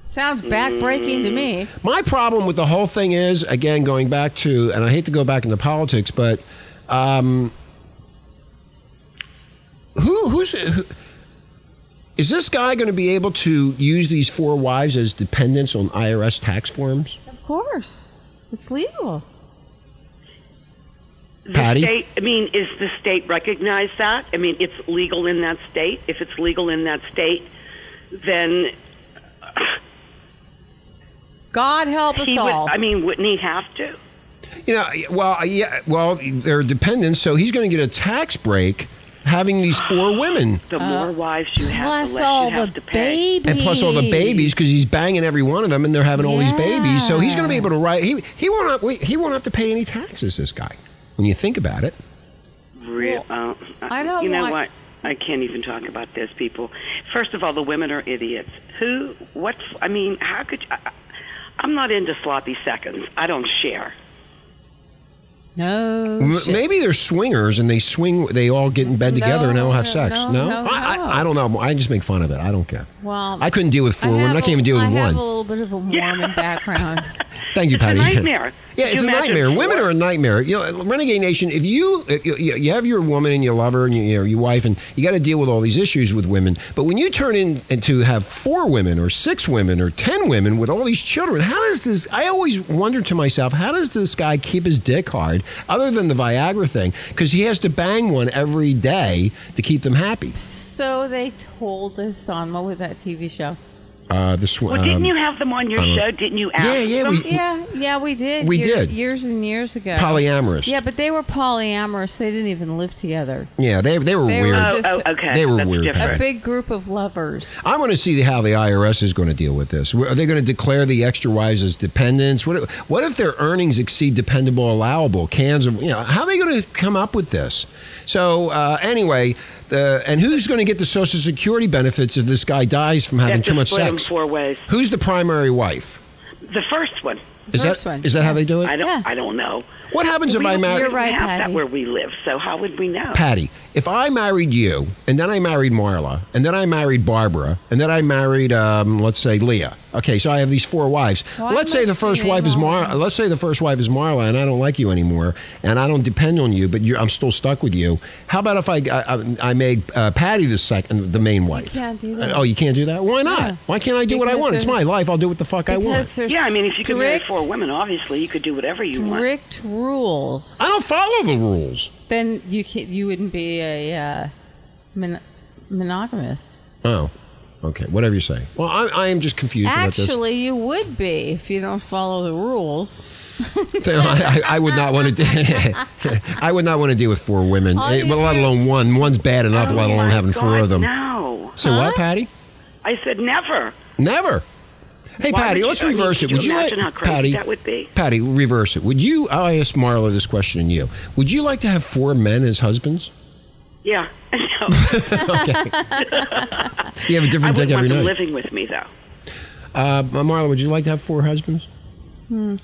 [SPEAKER 4] Sounds backbreaking to me.
[SPEAKER 2] My problem with the whole thing is, again, going back to, and I hate to go back into politics, but um, who who's who, is this guy going to be able to use these four wives as dependents on IRS tax forms?
[SPEAKER 4] Of course, it's legal.
[SPEAKER 3] The
[SPEAKER 2] Patty?
[SPEAKER 3] state, I mean, is the state recognize that? I mean, it's legal in that state. If it's legal in that state, then
[SPEAKER 4] God help us
[SPEAKER 3] he would.
[SPEAKER 4] all.
[SPEAKER 3] I mean, wouldn't he have to?
[SPEAKER 2] You know, well, yeah, well, they're dependents, so he's going to get a tax break having these four women.
[SPEAKER 3] The more wives you have, the
[SPEAKER 4] Plus
[SPEAKER 3] less
[SPEAKER 4] all
[SPEAKER 3] you have
[SPEAKER 4] the
[SPEAKER 3] to pay.
[SPEAKER 4] babies.
[SPEAKER 2] And plus all the babies, because he's banging every one of them, and they're having all these babies. So he's going to be able to write. He he won't have, he won't have to pay any taxes. This guy, when you think about it,
[SPEAKER 3] Real, uh,
[SPEAKER 4] I don't
[SPEAKER 3] You know
[SPEAKER 4] want-
[SPEAKER 3] what? I can't even talk about this, people. First of all, the women are idiots. Who? What? I mean, how could? You, I, I- I'm not into sloppy seconds. I don't share.
[SPEAKER 4] No.
[SPEAKER 2] M-
[SPEAKER 4] Oh, shit.
[SPEAKER 2] Maybe they're swingers and they swing. They all get in bed together and they all have
[SPEAKER 4] No,
[SPEAKER 2] sex.
[SPEAKER 4] no,
[SPEAKER 2] No,
[SPEAKER 4] no,
[SPEAKER 2] I,
[SPEAKER 4] no.
[SPEAKER 2] I, I don't know. I just make fun of it. I don't care.
[SPEAKER 4] Well,
[SPEAKER 2] I couldn't deal with four women.
[SPEAKER 4] have
[SPEAKER 2] I can't even
[SPEAKER 4] a-
[SPEAKER 2] deal with
[SPEAKER 4] I have
[SPEAKER 2] one.
[SPEAKER 4] a little bit of a Mormon background.
[SPEAKER 2] Thank you,
[SPEAKER 3] It's a
[SPEAKER 2] Patty.
[SPEAKER 3] nightmare.
[SPEAKER 2] Yeah,
[SPEAKER 3] Could
[SPEAKER 2] it's
[SPEAKER 3] you
[SPEAKER 2] a
[SPEAKER 3] imagine
[SPEAKER 2] nightmare.
[SPEAKER 3] four?
[SPEAKER 2] Women are a nightmare. You know, Renegade Nation. If you if you, you have your woman and you love her and you, you know, your wife, and you got to deal with all these issues with women. But when you turn in and to have four women or six women or ten women with all these children, how does this? I always wonder to myself, how does this guy keep his dick hard? Other than the Viagra thing, because he has to bang one every day to keep them happy.
[SPEAKER 4] so they told us on what was that TV show?
[SPEAKER 2] Uh, the sw-
[SPEAKER 3] Well, didn't
[SPEAKER 2] um,
[SPEAKER 3] you have them on your
[SPEAKER 2] I don't-
[SPEAKER 3] show? Didn't you ask?
[SPEAKER 2] Yeah, yeah,
[SPEAKER 3] them?
[SPEAKER 2] we,
[SPEAKER 4] Yeah, yeah, we did.
[SPEAKER 2] We
[SPEAKER 4] year-
[SPEAKER 2] did.
[SPEAKER 4] years and years ago.
[SPEAKER 2] polyamorous.
[SPEAKER 4] Yeah, but they were polyamorous. They didn't even live together.
[SPEAKER 2] Yeah, they they were
[SPEAKER 4] They were
[SPEAKER 2] weird.
[SPEAKER 4] just-
[SPEAKER 3] Oh, oh, okay.
[SPEAKER 2] They were
[SPEAKER 3] That's
[SPEAKER 2] weird.
[SPEAKER 4] A
[SPEAKER 2] Right.
[SPEAKER 3] Different.
[SPEAKER 4] big group of lovers.
[SPEAKER 2] I want to see how the IRS is going to deal with this. Are they going to declare the extra wives as dependents? What if, what if their earnings exceed dependable allowable cans of you know? How are they going to come up with this? So uh, anyway, the and who's going to get the Social Security benefits if this guy dies from
[SPEAKER 3] You
[SPEAKER 2] having
[SPEAKER 3] have to
[SPEAKER 2] too much
[SPEAKER 3] split them
[SPEAKER 2] sex?
[SPEAKER 3] four ways.
[SPEAKER 2] Who's the primary wife?
[SPEAKER 3] The first one.
[SPEAKER 2] Is
[SPEAKER 4] First
[SPEAKER 2] that
[SPEAKER 4] one,
[SPEAKER 2] is that how they
[SPEAKER 4] yes.
[SPEAKER 2] do
[SPEAKER 3] I
[SPEAKER 2] it?
[SPEAKER 3] don't.
[SPEAKER 4] Yeah.
[SPEAKER 3] I don't know.
[SPEAKER 2] What happens if
[SPEAKER 3] we
[SPEAKER 2] I
[SPEAKER 3] don't-
[SPEAKER 2] marry
[SPEAKER 3] we
[SPEAKER 4] You're right,
[SPEAKER 3] don't have
[SPEAKER 4] Patty.
[SPEAKER 3] that where we live, so how would we know?
[SPEAKER 2] Patty? If I married you, and then I married Marla, and then I married Barbara, and then I married, um, let's say, Leah. Okay, so I have these four wives.
[SPEAKER 4] Why
[SPEAKER 2] let's say the
[SPEAKER 4] must you
[SPEAKER 2] first
[SPEAKER 4] name
[SPEAKER 2] wife is
[SPEAKER 4] all
[SPEAKER 2] Mar.
[SPEAKER 4] of them?
[SPEAKER 2] Let's say the first wife is Marla, and I don't like you anymore, and I don't depend on you, but you're, I'm still stuck with you. How about if I I, I- I make uh, Patty the second, the main wife?
[SPEAKER 4] can't do that.
[SPEAKER 2] Oh, you can't do that. Why not?
[SPEAKER 4] Yeah.
[SPEAKER 2] Why can't I do what I
[SPEAKER 4] Because
[SPEAKER 2] want? It's my
[SPEAKER 4] there's-
[SPEAKER 2] life. I'll do what the fuck I
[SPEAKER 4] Because
[SPEAKER 2] want.
[SPEAKER 4] there's
[SPEAKER 3] Yeah, I mean, if you could marry
[SPEAKER 4] strict-
[SPEAKER 3] four women, obviously you could do whatever you want.
[SPEAKER 4] strict rules,
[SPEAKER 2] I don't follow the rules.
[SPEAKER 4] then you can you wouldn't be a uh, mon- monogamist.
[SPEAKER 2] Oh, okay. Whatever you say. Well, I, I am just confused about this.
[SPEAKER 4] Actually, you would be if you don't follow the rules.
[SPEAKER 2] I, I would not want to. I would not want to deal with four women,
[SPEAKER 4] All
[SPEAKER 2] eh,
[SPEAKER 4] you
[SPEAKER 2] well, let
[SPEAKER 4] do-
[SPEAKER 2] alone one. One's bad enough,
[SPEAKER 3] Oh
[SPEAKER 2] let alone
[SPEAKER 3] my
[SPEAKER 2] having four
[SPEAKER 3] God,
[SPEAKER 2] of them.
[SPEAKER 3] No,
[SPEAKER 2] So what, Patty?
[SPEAKER 3] I said never.
[SPEAKER 2] Never. Hey,
[SPEAKER 3] Why
[SPEAKER 2] Patty,
[SPEAKER 3] would
[SPEAKER 2] let's
[SPEAKER 3] you- I mean,
[SPEAKER 2] reverse
[SPEAKER 3] could
[SPEAKER 2] it. Would you like
[SPEAKER 3] imagine how crazy
[SPEAKER 2] Patty?
[SPEAKER 3] that would be?
[SPEAKER 2] Patty, reverse it. Would you? I asked Marla this question, and you. Would you like to have four men as husbands?
[SPEAKER 3] Yeah, I know.
[SPEAKER 2] You have a
[SPEAKER 3] I
[SPEAKER 2] different
[SPEAKER 3] would
[SPEAKER 2] dick
[SPEAKER 3] want
[SPEAKER 2] every
[SPEAKER 3] them
[SPEAKER 2] night.
[SPEAKER 3] living with me though.
[SPEAKER 2] Uh, Marla, would you like to have four husbands?
[SPEAKER 4] Hmm.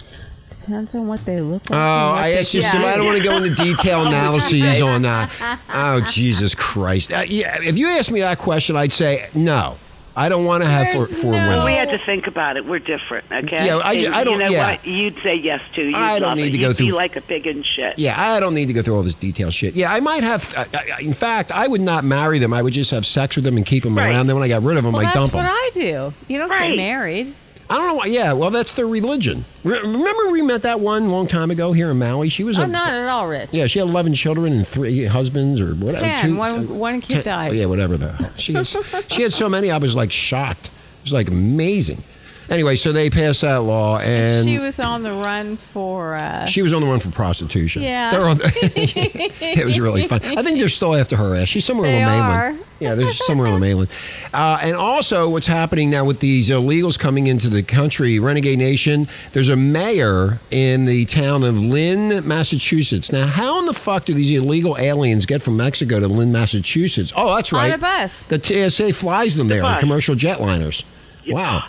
[SPEAKER 4] Depends on what they look
[SPEAKER 2] Oh,
[SPEAKER 4] like. and what
[SPEAKER 2] I
[SPEAKER 4] they
[SPEAKER 2] asked you.
[SPEAKER 4] do.
[SPEAKER 2] So I don't want to go into detail
[SPEAKER 4] Oh,
[SPEAKER 2] analyses on that. Oh, Jesus Christ! Uh, yeah, if you asked me that question, I'd say no. I don't want to have four,
[SPEAKER 4] There's
[SPEAKER 2] four
[SPEAKER 4] no-
[SPEAKER 2] women.
[SPEAKER 3] We had to think about it. We're different, okay?
[SPEAKER 2] Oh. Yeah, I-
[SPEAKER 3] And
[SPEAKER 2] I don't-
[SPEAKER 3] You know
[SPEAKER 2] yeah.
[SPEAKER 3] what? You'd say yes to. You'd
[SPEAKER 2] I don't
[SPEAKER 3] love
[SPEAKER 2] need
[SPEAKER 3] it.
[SPEAKER 2] to go
[SPEAKER 3] You'd
[SPEAKER 2] through-
[SPEAKER 3] Be like a pig in shit.
[SPEAKER 2] Yeah, I don't need to go through all this detail shit. Yeah, I might have. I, I, in fact, I would not marry them. I would just have sex with them and keep them
[SPEAKER 3] Right.
[SPEAKER 2] around. Then when I got rid of them,
[SPEAKER 4] Well,
[SPEAKER 2] I
[SPEAKER 4] that's
[SPEAKER 2] dump
[SPEAKER 4] what
[SPEAKER 2] them.
[SPEAKER 4] I do. You don't get
[SPEAKER 3] Right.
[SPEAKER 4] married.
[SPEAKER 2] I don't know why. Yeah, well, that's their religion. Re- remember, we met that one long time ago here in Maui. She was a
[SPEAKER 4] I'm not at all rich.
[SPEAKER 2] yeah. She had eleven children and three husbands or whatever.
[SPEAKER 4] Ten.
[SPEAKER 2] two-
[SPEAKER 4] One- one kid died.
[SPEAKER 2] Yeah, whatever the hell. She had, she had so many. I was like shocked. It was like amazing. Anyway, so they passed that law, and
[SPEAKER 4] she was on the run for. Uh,
[SPEAKER 2] She was on the run for prostitution.
[SPEAKER 4] Yeah.
[SPEAKER 2] They're on- it was really fun. I think they're still after her ass. She's somewhere
[SPEAKER 4] They
[SPEAKER 2] on the
[SPEAKER 4] are.
[SPEAKER 2] mainland. Yeah, there's somewhere on the mainland. Uh, and also, what's happening now with these illegals coming into the country, Renegade Nation, there's a mayor in the town of Lynn, Massachusetts. Now, how in the fuck do these illegal aliens get from Mexico to Lynn, Massachusetts? Oh, that's
[SPEAKER 4] On
[SPEAKER 2] right.
[SPEAKER 4] a bus.
[SPEAKER 2] The TSA flies them there, on
[SPEAKER 3] bus.
[SPEAKER 2] commercial jetliners. Wow.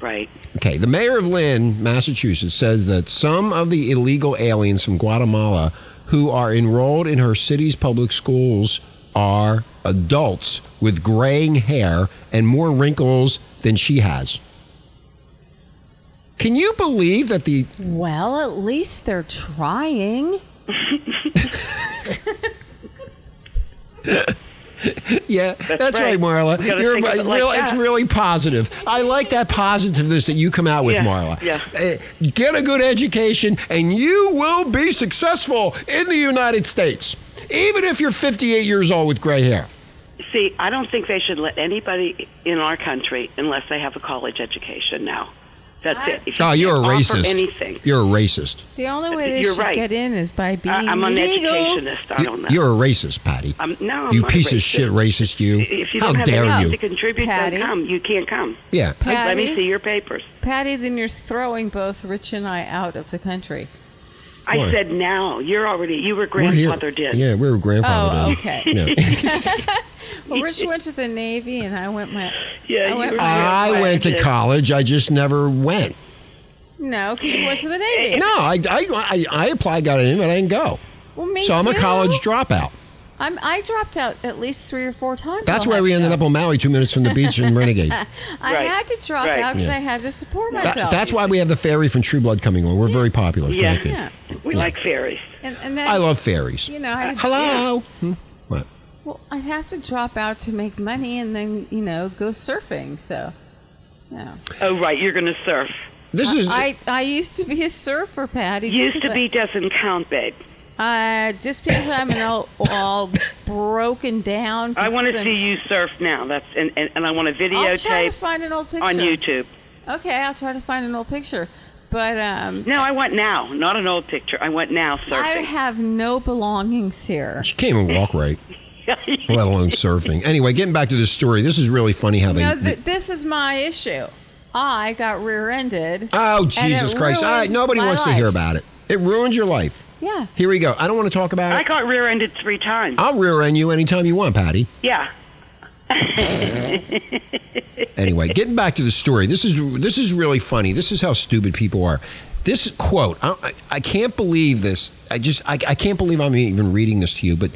[SPEAKER 3] Right.
[SPEAKER 2] Okay, the mayor of Lynn, Massachusetts, says that some of the illegal aliens from Guatemala who are enrolled in her city's public schools are adults with graying hair and more wrinkles than she has. Can you believe that the
[SPEAKER 4] well, at least they're trying.
[SPEAKER 2] yeah that's, right,
[SPEAKER 3] right.
[SPEAKER 2] Marla
[SPEAKER 3] We gotta
[SPEAKER 2] You're
[SPEAKER 3] think of
[SPEAKER 2] right.
[SPEAKER 3] it like
[SPEAKER 2] Real- it's
[SPEAKER 3] that.
[SPEAKER 2] really positive I like that positiveness that you come out with
[SPEAKER 3] Yeah,
[SPEAKER 2] Marla
[SPEAKER 3] yeah.
[SPEAKER 2] Eh, get a good education and you will be successful in the United States even if you're 58 years old with gray hair
[SPEAKER 3] See, I don't think they should let anybody in our country unless they have a college education now. That's it. If you
[SPEAKER 2] oh you're a
[SPEAKER 3] can't offer
[SPEAKER 2] racist
[SPEAKER 3] Anything.
[SPEAKER 2] you're a racist
[SPEAKER 4] The only way they
[SPEAKER 3] Uh, You're
[SPEAKER 4] should
[SPEAKER 3] right.
[SPEAKER 4] get in is by being
[SPEAKER 3] I, I'm an
[SPEAKER 4] legal.
[SPEAKER 3] educationist. I don't know.
[SPEAKER 2] you're a racist Patty
[SPEAKER 3] I'm, no, I'm
[SPEAKER 2] you
[SPEAKER 3] not a
[SPEAKER 2] piece of
[SPEAKER 3] racist.
[SPEAKER 2] shit racist you
[SPEAKER 3] If you
[SPEAKER 2] how
[SPEAKER 3] don't have
[SPEAKER 2] dare
[SPEAKER 3] anything
[SPEAKER 2] you
[SPEAKER 3] to contribute,
[SPEAKER 4] Patty?
[SPEAKER 3] don't come. You can't come.
[SPEAKER 2] yeah
[SPEAKER 3] Let me
[SPEAKER 4] Patty,
[SPEAKER 3] see your papers.
[SPEAKER 4] Patty, then you're throwing both Rich and I out of the country.
[SPEAKER 3] I
[SPEAKER 2] Why?
[SPEAKER 3] said now. You're already. You were
[SPEAKER 2] We're here.
[SPEAKER 3] grandfathered in.
[SPEAKER 2] yeah we're grandfathered
[SPEAKER 4] Oh,
[SPEAKER 2] in.
[SPEAKER 4] okay.
[SPEAKER 2] Yeah.
[SPEAKER 4] Well, Rich went to the Navy, and I went my.
[SPEAKER 3] Yeah,
[SPEAKER 4] I
[SPEAKER 3] you
[SPEAKER 4] went-
[SPEAKER 3] were
[SPEAKER 4] I
[SPEAKER 2] I
[SPEAKER 3] grandfathered
[SPEAKER 2] went to
[SPEAKER 3] in.
[SPEAKER 2] college I just never went
[SPEAKER 4] No, because you went to the Navy.
[SPEAKER 2] No, I, I, I, I applied, got in, but I didn't go.
[SPEAKER 4] Well, me
[SPEAKER 2] so I'm a
[SPEAKER 4] too.
[SPEAKER 2] college dropout.
[SPEAKER 4] I'm, I dropped out at least three or four times.
[SPEAKER 2] That's
[SPEAKER 4] I'll
[SPEAKER 2] why
[SPEAKER 4] have
[SPEAKER 2] we
[SPEAKER 4] you
[SPEAKER 2] ended
[SPEAKER 4] know.
[SPEAKER 2] up on Maui, two minutes from the beach in Renegade.
[SPEAKER 4] I
[SPEAKER 3] Right.
[SPEAKER 4] had to drop
[SPEAKER 3] Right.
[SPEAKER 4] out because
[SPEAKER 2] Yeah.
[SPEAKER 4] I had to support
[SPEAKER 2] That-
[SPEAKER 4] myself.
[SPEAKER 2] that's why we have the fairy from True Blood coming on. We're very popular.
[SPEAKER 3] Yeah.
[SPEAKER 2] Thank you.
[SPEAKER 4] Yeah.
[SPEAKER 3] We like fairies.
[SPEAKER 4] And, and then,
[SPEAKER 2] I love fairies.
[SPEAKER 4] you know, I had to,
[SPEAKER 2] Hello. Hmm? What?
[SPEAKER 4] Well, I'd have to drop out to make money and then, you know, go surfing. So, yeah.
[SPEAKER 3] Oh, right. You're going to surf.
[SPEAKER 2] This is
[SPEAKER 4] I, I used to be a surfer, Patty. just
[SPEAKER 3] Used
[SPEAKER 4] 'cause
[SPEAKER 3] to
[SPEAKER 4] I-
[SPEAKER 3] be doesn't count, babe.
[SPEAKER 4] Uh, just because I'm an all, all broken down.
[SPEAKER 3] I want to
[SPEAKER 4] person.
[SPEAKER 3] see you surf now. That's and, and, and I want to
[SPEAKER 4] I'll try to
[SPEAKER 3] videotape
[SPEAKER 4] find an old picture
[SPEAKER 3] on YouTube.
[SPEAKER 4] Okay, I'll try to find an old picture. But um,
[SPEAKER 3] No, I want now, not an old picture. I want now
[SPEAKER 4] I
[SPEAKER 3] surfing.
[SPEAKER 4] have no belongings here.
[SPEAKER 2] she can't even walk right, let alone surfing. Anyway, getting back to this story, this is really funny how they.
[SPEAKER 4] No, th- this is my issue. I got rear-ended.
[SPEAKER 2] oh Jesus
[SPEAKER 4] it
[SPEAKER 2] Christ! I,
[SPEAKER 4] ruined
[SPEAKER 2] nobody
[SPEAKER 4] my
[SPEAKER 2] wants to hear
[SPEAKER 4] life.
[SPEAKER 2] about it. It ruins your life.
[SPEAKER 4] Yeah.
[SPEAKER 2] Here we go. I don't want to talk about
[SPEAKER 3] I
[SPEAKER 2] it.
[SPEAKER 3] got rear-ended three times.
[SPEAKER 2] I'll rear end you anytime you want, Patty.
[SPEAKER 3] Yeah.
[SPEAKER 2] Anyway, getting back to the story, this is this is really funny. This is how stupid people are. This quote, I, I- I can't believe this. I just I, I can't believe I'm even reading this to you, but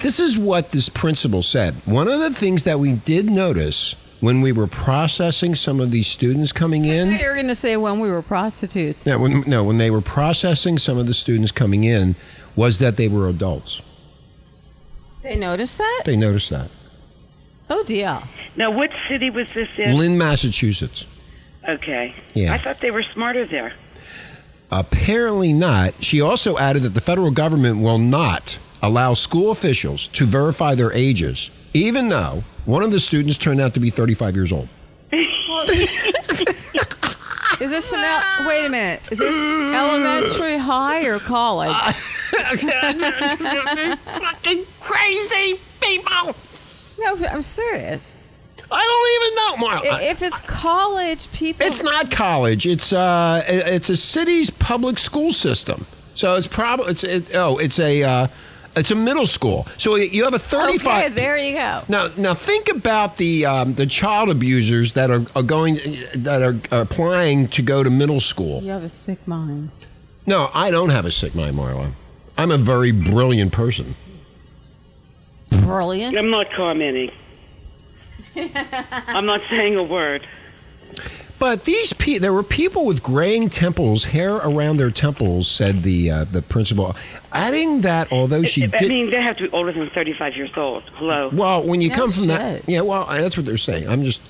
[SPEAKER 2] this is what this principal said. One of the things that we did notice when we were processing some of these students coming in,
[SPEAKER 4] You were going to say when we were prostitutes.
[SPEAKER 2] no, when, no, when they were processing some of the students coming in, was that they were adults.
[SPEAKER 4] They noticed that?
[SPEAKER 2] They noticed that.
[SPEAKER 4] Oh, dear.
[SPEAKER 3] Now, what city was this in?
[SPEAKER 2] Lynn, Massachusetts.
[SPEAKER 3] okay.
[SPEAKER 2] Yeah.
[SPEAKER 3] I thought they were smarter there.
[SPEAKER 2] Apparently not. She also added that the federal government will not allow school officials to verify their ages, even though one of the students turned out to be 35 years old.
[SPEAKER 4] Is this an... El- Wait a minute. Is this elementary, high, or college?
[SPEAKER 2] Fucking crazy people!
[SPEAKER 4] No, but I'm serious.
[SPEAKER 2] I don't even know, Marla.
[SPEAKER 4] I- If it's college, people...
[SPEAKER 2] It's not college. It's uh, i- it's a city's public school system. So it's probably it's it, oh, it's a uh, it's a middle school. So you have a 35.
[SPEAKER 4] Okay, there you go.
[SPEAKER 2] Now, now think about the um, the child abusers that are, are going that are, are applying to go to middle school.
[SPEAKER 4] You have a sick mind.
[SPEAKER 2] No, I don't have a sick mind, Marla. I'm a very brilliant person.
[SPEAKER 4] Brilliant.
[SPEAKER 3] I'm not commenting. I'm not saying a word.
[SPEAKER 2] But these pe- there were people with graying temples, hair around their temples, said the uh, the principal. Adding that, although she
[SPEAKER 3] I
[SPEAKER 2] did,
[SPEAKER 3] mean, they have to be older than 35 years old. Hello.
[SPEAKER 2] well, when you
[SPEAKER 4] No
[SPEAKER 2] come from that,
[SPEAKER 4] shit.
[SPEAKER 2] yeah, well, that's what they're saying. I'm just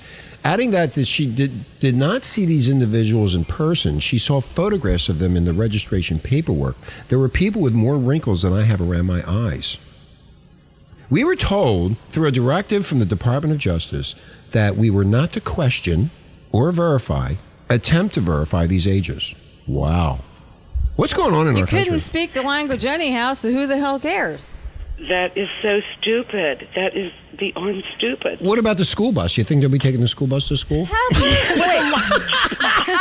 [SPEAKER 2] adding that that she did did not see these individuals in person. She saw photographs of them in the registration paperwork. There were people with more wrinkles than I have around my eyes. We were told through a directive from the Department of Justice that we were not to question or verify, attempt to verify these ages. Wow. What's going on in
[SPEAKER 4] You
[SPEAKER 2] our country?
[SPEAKER 4] couldn't speak the language anyhow, so who the hell cares?
[SPEAKER 3] That is so stupid. That is beyond stupid.
[SPEAKER 2] What about the school bus? You think they'll be taking the school bus to school?
[SPEAKER 4] How could Wait,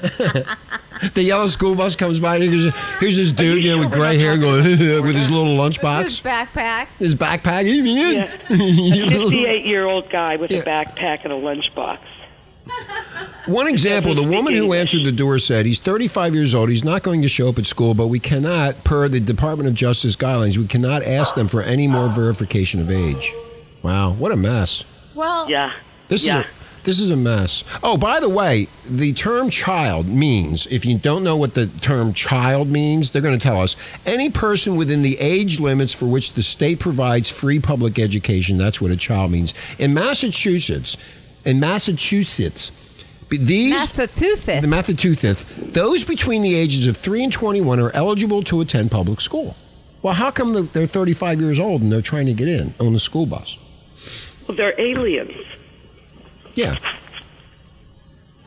[SPEAKER 2] The yellow school bus comes by, and here's, here's this dude you know, with gray hair going with his little
[SPEAKER 4] his
[SPEAKER 2] lunchbox,
[SPEAKER 4] backpack.
[SPEAKER 2] his backpack. Hey, man.
[SPEAKER 3] Yeah.
[SPEAKER 2] You little-
[SPEAKER 3] 58 year old guy with
[SPEAKER 2] Yeah.
[SPEAKER 3] a backpack and a lunchbox.
[SPEAKER 2] One example the woman who answered the door said, He's 35 years old. He's not going to show up at school, but we cannot, per the Department of Justice guidelines, we cannot ask them for any more verification of age. Wow, what a mess.
[SPEAKER 4] Well,
[SPEAKER 3] Yeah.
[SPEAKER 2] This
[SPEAKER 3] Yeah.
[SPEAKER 2] is a, this is a mess. Oh, by the way, the term child means if you don't know what the term child means, they're going to tell us any person within the age limits for which the state provides free public education. That's what a child means. In Massachusetts, in Massachusetts, be- these
[SPEAKER 4] Massachusetts.
[SPEAKER 2] the Massachusetts, those between the ages of 3 and 21 are eligible to attend public school. Well, how come they're- they're 35 years old and they're trying to get in on the school bus?
[SPEAKER 3] Well, they're aliens.
[SPEAKER 2] Yeah.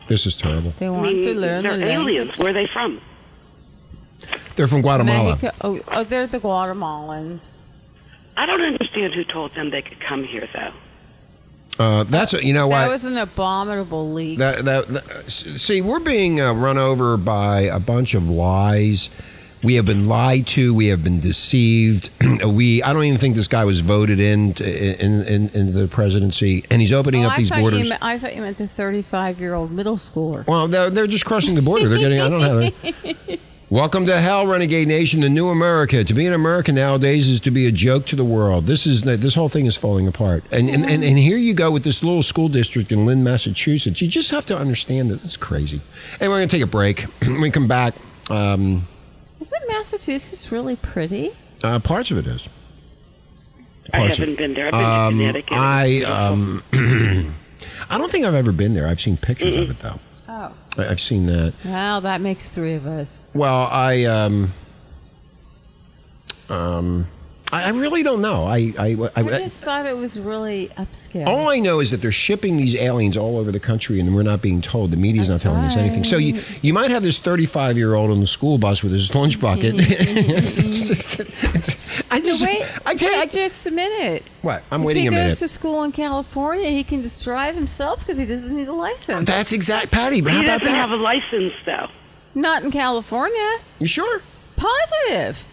[SPEAKER 2] This is terrible.
[SPEAKER 4] They
[SPEAKER 3] I
[SPEAKER 4] want
[SPEAKER 3] mean,
[SPEAKER 4] to
[SPEAKER 2] Mm,
[SPEAKER 4] learn
[SPEAKER 3] they're
[SPEAKER 4] the
[SPEAKER 3] aliens. Where are they from?
[SPEAKER 2] They're from Guatemala.
[SPEAKER 4] Mexico. Oh, oh, they're the Guatemalans.
[SPEAKER 3] I don't understand who told them they could come here, though.
[SPEAKER 2] Uh, that's a, you know
[SPEAKER 4] That
[SPEAKER 2] what.
[SPEAKER 4] was an abominable leak.
[SPEAKER 2] That, that, that- see, we're being uh, run over by a bunch of lies. We have been lied to. We have been deceived. we I don't even think this guy was voted in to, in, in in the presidency, and he's opening
[SPEAKER 4] Oh,
[SPEAKER 2] up
[SPEAKER 4] I
[SPEAKER 2] these
[SPEAKER 4] thought
[SPEAKER 2] borders.
[SPEAKER 4] You meant, I thought you meant the 35 year old middle schooler.
[SPEAKER 2] Well, they're, they're just crossing the border. They're getting, I don't have it. Welcome to hell, Renegade Nation, the new America. To be an American nowadays is to be a joke to the world. This is this whole thing is falling apart. And and, and, and here you go with this little school district in Lynn, Massachusetts. You just have to understand that it's crazy. And we're going to take a break. when we come back, um,
[SPEAKER 4] Isn't Massachusetts really pretty?
[SPEAKER 2] uh, parts of it is.
[SPEAKER 3] I
[SPEAKER 2] Parts of
[SPEAKER 3] haven't been there. I've been
[SPEAKER 2] Um,
[SPEAKER 3] to Connecticut.
[SPEAKER 2] I um, I don't think I've ever been there. I've seen pictures of it though.
[SPEAKER 4] Oh.
[SPEAKER 2] I- I've seen that.
[SPEAKER 4] Well, that makes three of us.
[SPEAKER 2] Well, I um, um, I, I really don't know. I I, I, I-
[SPEAKER 4] I
[SPEAKER 2] Oh,
[SPEAKER 4] just thought it was really upscale.
[SPEAKER 2] all I know is that they're shipping these aliens all over the country, and we're not being told. The media's
[SPEAKER 4] That's
[SPEAKER 2] not telling us anything. So you you might have this thirty five year old on the school bus with his lunch bucket.
[SPEAKER 4] Mm-hmm.
[SPEAKER 2] It's just- it's- I
[SPEAKER 4] No,
[SPEAKER 2] just
[SPEAKER 4] wait,
[SPEAKER 2] I can't. I
[SPEAKER 4] wait just a minute.
[SPEAKER 2] what? I'm
[SPEAKER 4] if
[SPEAKER 2] waiting
[SPEAKER 4] he
[SPEAKER 2] a
[SPEAKER 4] goes
[SPEAKER 2] minute.
[SPEAKER 4] to school in California, he can just drive himself because he doesn't need a license.
[SPEAKER 2] That's exact, Patty. How
[SPEAKER 3] he
[SPEAKER 2] about
[SPEAKER 3] doesn't
[SPEAKER 2] that?
[SPEAKER 3] have a license, though.
[SPEAKER 4] Not in California.
[SPEAKER 2] you sure?
[SPEAKER 4] Positive.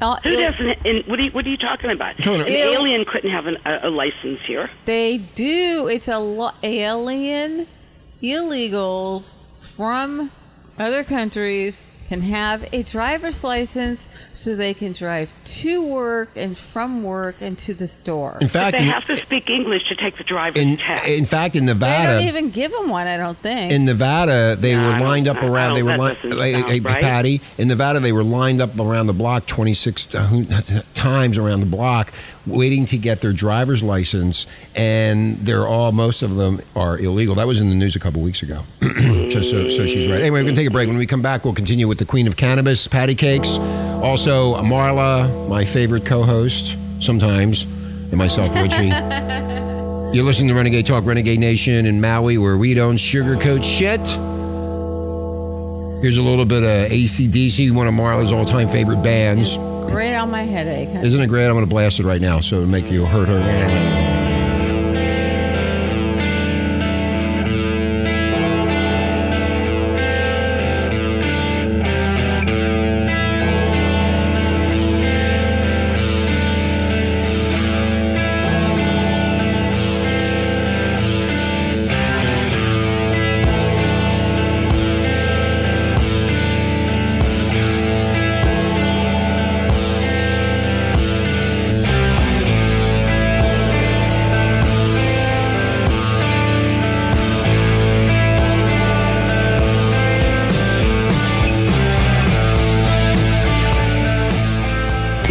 [SPEAKER 4] Uh,
[SPEAKER 3] Who
[SPEAKER 4] it-
[SPEAKER 3] doesn't? And what are you, what are you talking about?
[SPEAKER 2] Totally.
[SPEAKER 3] An
[SPEAKER 4] Ew.
[SPEAKER 3] alien couldn't have an, a, a license here.
[SPEAKER 4] They do. It's a lo- alien illegals from other countries can have a driver's license so they can drive to work and from work and to the store.
[SPEAKER 2] In fact,
[SPEAKER 3] They
[SPEAKER 2] in,
[SPEAKER 3] have to speak English to take the driver's
[SPEAKER 2] in,
[SPEAKER 3] test.
[SPEAKER 2] in fact, in
[SPEAKER 4] They
[SPEAKER 2] Nevada,
[SPEAKER 4] don't even give them one, I don't think.
[SPEAKER 2] in Nevada, they
[SPEAKER 3] No, I
[SPEAKER 2] were
[SPEAKER 3] don't-
[SPEAKER 2] lined up
[SPEAKER 3] I- I
[SPEAKER 2] around. They
[SPEAKER 3] don't-
[SPEAKER 2] were
[SPEAKER 3] that
[SPEAKER 2] lined,
[SPEAKER 3] doesn't
[SPEAKER 2] hey,
[SPEAKER 3] sound
[SPEAKER 2] hey,
[SPEAKER 3] right.
[SPEAKER 2] Patty. In Nevada, they were lined up around the block, twenty six times around the block, waiting to get their driver's license, and they're all most of them are illegal. That was in the news a couple weeks ago. so, so, so she's right. Anyway, we're gonna take a break. When we come back, we'll continue with the Queen of Cannabis, Patty Cakes, also Marla, my favorite co-host sometimes, and myself, Richie. You're listening to Renegade Talk, Renegade Nation in Maui, where we don't sugarcoat shit. Here's a little bit of ACDC, one of Marla's all time favorite bands.
[SPEAKER 4] it's great on my headache.
[SPEAKER 2] Isn't it great? I'm going to blast it right now, so it'll make you hurt her.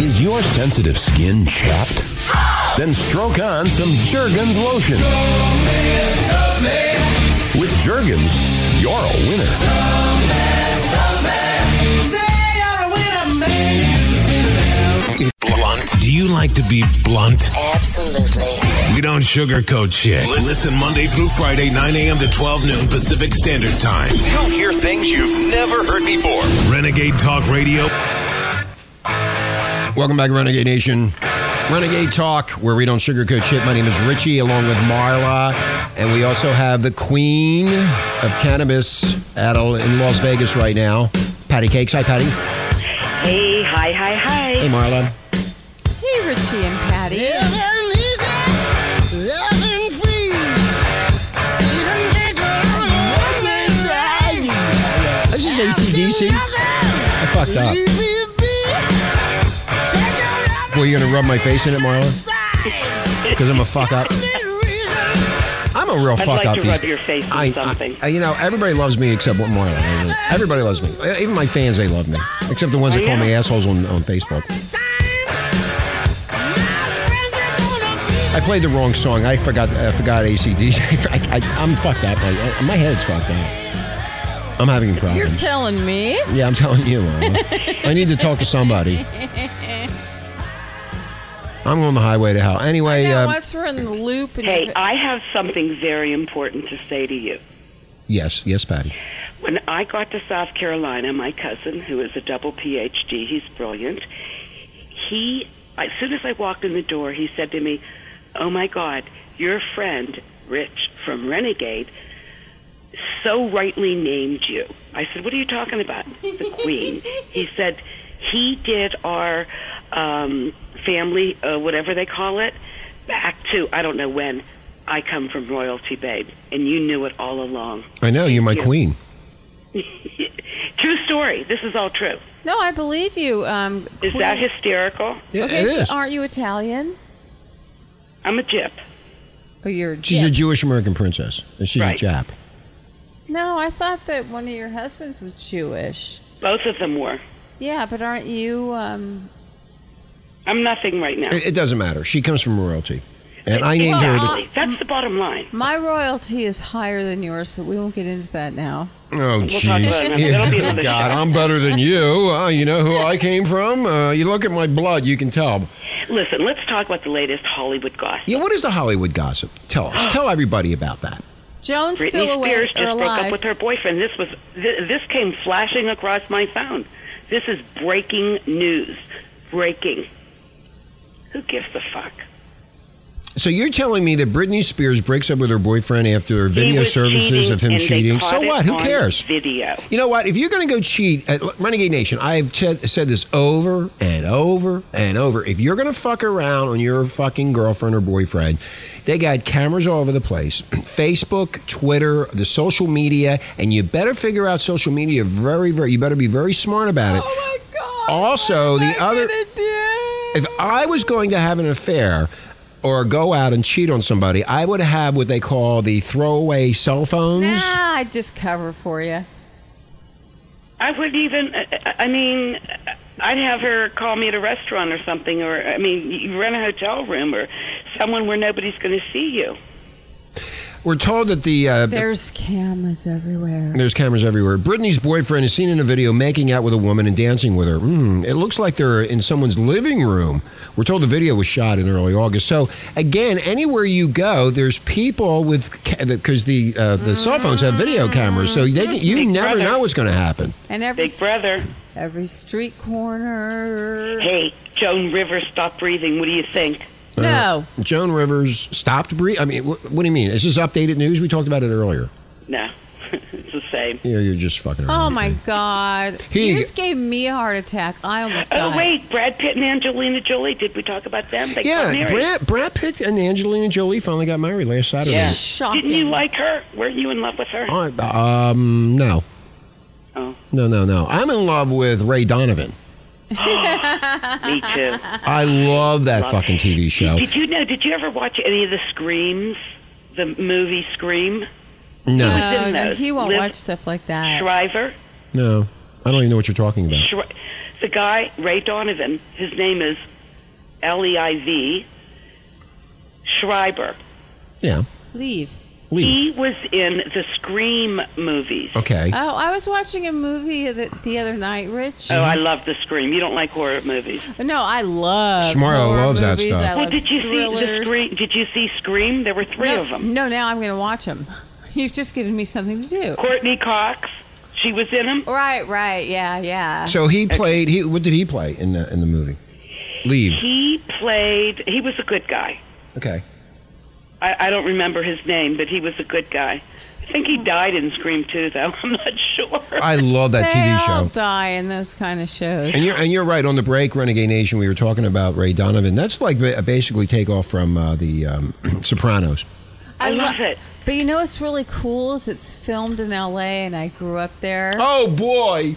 [SPEAKER 7] Is your sensitive skin chapped? Then stroke on some Jergens lotion. With Jergens, you're a winner.
[SPEAKER 1] Blunt. Do you like to be blunt? Absolutely. We don't sugarcoat shit. Listen Monday through Friday, 9 a.m. to 12 noon Pacific Standard Time.
[SPEAKER 8] You'll hear things you've never heard before.
[SPEAKER 1] Renegade Talk Radio.
[SPEAKER 2] Welcome back, Renegade Nation. Renegade Talk, where we don't sugarcoat shit. My name is Richie, along with Marla, and we also have the Queen of Cannabis at in Las Vegas right now, Patty Cakes. Hi, Patty.
[SPEAKER 3] hey, hi, hi, hi.
[SPEAKER 2] Hey, Marla.
[SPEAKER 4] Hey, Richie and Patty.
[SPEAKER 2] This is ACDC. I fucked up. Well, you're gonna rub my face in it, Marla, because I'm a fuck up. I'm a real
[SPEAKER 3] I'd
[SPEAKER 2] fuck
[SPEAKER 3] like
[SPEAKER 2] up.
[SPEAKER 3] to
[SPEAKER 2] these-
[SPEAKER 3] rub your face in
[SPEAKER 2] I,
[SPEAKER 3] something.
[SPEAKER 2] I- you know, everybody loves me except what Marla. I mean, Everybody loves me. Even my fans, they love me. Except the ones that
[SPEAKER 3] Oh,
[SPEAKER 2] call
[SPEAKER 3] yeah?
[SPEAKER 2] me assholes on, on Facebook. I played the wrong song. I forgot. I forgot ACDC. I, I, I'm fucked up. Like, I- my head's fucked up. I'm having problems.
[SPEAKER 4] You're telling me.
[SPEAKER 2] Yeah, I'm telling you, Marla. I need to talk to somebody. I'm on the highway to hell. Anyway,
[SPEAKER 4] now,
[SPEAKER 2] um,
[SPEAKER 4] once we're in the loop, and
[SPEAKER 3] Hey,
[SPEAKER 4] you-
[SPEAKER 3] I have something very important to say to you.
[SPEAKER 2] yes, yes, Patty.
[SPEAKER 3] When I got to South Carolina, my cousin, who is a double PhD, he's brilliant. He, as soon as I walked in the door, he said to me, "Oh my God, your friend Rich from Renegade so rightly named you." I said, What are you talking about? The Queen. he said, He did our um, family, uh, whatever they call it, back to, I don't know when. I come from royalty, babe, and you knew it all along.
[SPEAKER 2] I know you're my
[SPEAKER 3] Yeah.
[SPEAKER 2] queen.
[SPEAKER 3] true story. This is all true.
[SPEAKER 4] No, I believe you. Um,
[SPEAKER 3] Is
[SPEAKER 4] Queen-
[SPEAKER 3] that hysterical?
[SPEAKER 2] Yeah,
[SPEAKER 4] okay,
[SPEAKER 2] it
[SPEAKER 4] so
[SPEAKER 3] uh,
[SPEAKER 2] is.
[SPEAKER 4] aren't you Italian?
[SPEAKER 3] I'm a gyp.
[SPEAKER 4] Oh, you're a
[SPEAKER 2] She's
[SPEAKER 4] Jap.
[SPEAKER 2] a Jewish American princess, and she's
[SPEAKER 3] Right.
[SPEAKER 2] a Jap.
[SPEAKER 4] No, I thought that one of your husbands was Jewish.
[SPEAKER 3] Both of them were.
[SPEAKER 4] Yeah, but aren't you? Um,
[SPEAKER 3] I'm nothing right now.
[SPEAKER 2] It, it doesn't matter. She comes from royalty, and I named her.
[SPEAKER 4] Well,
[SPEAKER 2] The,
[SPEAKER 4] uh,
[SPEAKER 3] That's the bottom line.
[SPEAKER 4] my royalty is higher than yours, but we won't get into that now.
[SPEAKER 2] oh,
[SPEAKER 3] We'll talk about it.
[SPEAKER 2] jeez.
[SPEAKER 3] That'll be another
[SPEAKER 2] God, I'm better than you. Uh, you know who I came from. Uh, you look at my blood, you can tell.
[SPEAKER 3] Listen, let's talk about the latest Hollywood gossip.
[SPEAKER 2] Yeah, what is the Hollywood gossip? Tell us. tell everybody about that.
[SPEAKER 4] Joan's
[SPEAKER 3] Britney
[SPEAKER 4] still away
[SPEAKER 3] Spears
[SPEAKER 4] or
[SPEAKER 3] just broke up
[SPEAKER 4] alive.
[SPEAKER 3] with her boyfriend. This was th- this came flashing across my phone. This is breaking news. Breaking. Who gives a fuck?
[SPEAKER 2] So you're telling me that Britney Spears breaks up with her boyfriend after
[SPEAKER 3] He
[SPEAKER 2] video
[SPEAKER 3] was
[SPEAKER 2] services
[SPEAKER 3] cheating
[SPEAKER 2] of him
[SPEAKER 3] and they
[SPEAKER 2] cheating? So
[SPEAKER 3] caught it
[SPEAKER 2] what? Who
[SPEAKER 3] on
[SPEAKER 2] cares?
[SPEAKER 3] Video.
[SPEAKER 2] You know what? If you're going to go cheat at Renegade Nation, I've t- said this over and over and over. If you're going to fuck around on your fucking girlfriend or boyfriend, they got cameras all over the place Facebook, Twitter, the social media, and you better figure out social media very, very, you better be very smart about it.
[SPEAKER 4] Oh my god!
[SPEAKER 2] Also,
[SPEAKER 4] what am
[SPEAKER 2] the
[SPEAKER 4] I
[SPEAKER 2] other-
[SPEAKER 4] gonna do?
[SPEAKER 2] If I was going to have an affair or go out and cheat on somebody, I would have what they call the throwaway cell phones.
[SPEAKER 4] Nah, I just cover for you.
[SPEAKER 3] I wouldn't even. I- I I mean, I'd have her call me at a restaurant or something, or I mean, you rent a hotel room or someone where nobody's going to see you.
[SPEAKER 2] We're told that the uh,
[SPEAKER 4] There's cameras everywhere.
[SPEAKER 2] There's cameras everywhere. Britney's boyfriend is seen in a video making out with a woman and dancing with her. Mm, it looks like they're in someone's living room. We're told the video was shot in early August. So again, anywhere you go, there's people with because the uh, the cell phones have video cameras, so they can, you
[SPEAKER 3] Big
[SPEAKER 2] never
[SPEAKER 3] brother.
[SPEAKER 2] know what's going to happen.
[SPEAKER 4] And every
[SPEAKER 3] Big Brother.
[SPEAKER 4] every street corner.
[SPEAKER 3] Hey, Joan Rivers, stop breathing. What do you think?
[SPEAKER 2] Uh,
[SPEAKER 4] No,
[SPEAKER 2] Joan Rivers stopped breathing. I mean, wh- what do you mean? Is this updated news? We talked about it earlier.
[SPEAKER 3] No, it's the same.
[SPEAKER 2] Yeah, you're just fucking.
[SPEAKER 4] oh
[SPEAKER 2] around.
[SPEAKER 4] my god!
[SPEAKER 2] He-
[SPEAKER 4] you just gave me a heart attack. I almost died.
[SPEAKER 3] Oh wait, Brad Pitt and Angelina Jolie. Did we talk about them? They got
[SPEAKER 2] Yeah,
[SPEAKER 3] married.
[SPEAKER 2] Brad, Brad Pitt and Angelina Jolie finally got married last Saturday.
[SPEAKER 3] Yeah.
[SPEAKER 4] Shocking.
[SPEAKER 3] Didn't you like her? Weren't you in love with her?
[SPEAKER 2] I- Um, no.
[SPEAKER 3] Oh.
[SPEAKER 2] No, no, no. I'm in love with Ray Donovan.
[SPEAKER 3] Me too.
[SPEAKER 2] I love that
[SPEAKER 3] Love-
[SPEAKER 2] fucking TV show.
[SPEAKER 3] Did you know? Did you ever watch any of the Screams? The movie Scream.
[SPEAKER 2] No,
[SPEAKER 4] No,
[SPEAKER 3] Didn't
[SPEAKER 4] no,
[SPEAKER 3] know.
[SPEAKER 4] he won't
[SPEAKER 3] Liv
[SPEAKER 4] watch stuff like that.
[SPEAKER 3] Shriver.
[SPEAKER 2] no. I don't even know what you're talking about.
[SPEAKER 3] Shri- the guy Ray Donovan. His name is L E I V. Schreiber.
[SPEAKER 2] Yeah.
[SPEAKER 4] Leave.
[SPEAKER 2] Leave.
[SPEAKER 3] He was in the Scream movies.
[SPEAKER 2] Okay.
[SPEAKER 4] Oh, I was watching a movie the, the other night, Rich.
[SPEAKER 3] Oh, I love the Scream. You don't like horror movies.
[SPEAKER 4] No, I love.
[SPEAKER 2] Shmara
[SPEAKER 4] horror
[SPEAKER 2] loves that
[SPEAKER 4] movies.
[SPEAKER 2] stuff.
[SPEAKER 4] I
[SPEAKER 3] Well,
[SPEAKER 4] love
[SPEAKER 3] did you see the
[SPEAKER 4] thrillers.
[SPEAKER 3] Scream? Did you see Scream? There were three
[SPEAKER 4] no,
[SPEAKER 3] of them.
[SPEAKER 4] No, now I'm going to watch them. You've just given me something to do.
[SPEAKER 3] Courtney Cox. She was in them.
[SPEAKER 4] Right, right, yeah, yeah.
[SPEAKER 2] So he played. He what did he play in the in the movie? Leave.
[SPEAKER 3] He played. He was a good guy.
[SPEAKER 2] Okay.
[SPEAKER 3] I, I don't remember his name, but he was a good guy. I think he died in Scream too, though. I'm not sure.
[SPEAKER 2] I love that
[SPEAKER 4] they
[SPEAKER 2] TV
[SPEAKER 4] all
[SPEAKER 2] show.
[SPEAKER 4] die in those kind of shows.
[SPEAKER 2] And you're and you're right on the break, Renegade Nation. We were talking about Ray Donovan. That's like ba- basically takeoff from uh, the um, Sopranos.
[SPEAKER 3] I
[SPEAKER 4] lo-
[SPEAKER 3] love it.
[SPEAKER 4] But you know what's really cool is it's filmed in L.A. and I grew up there.
[SPEAKER 2] Oh boy.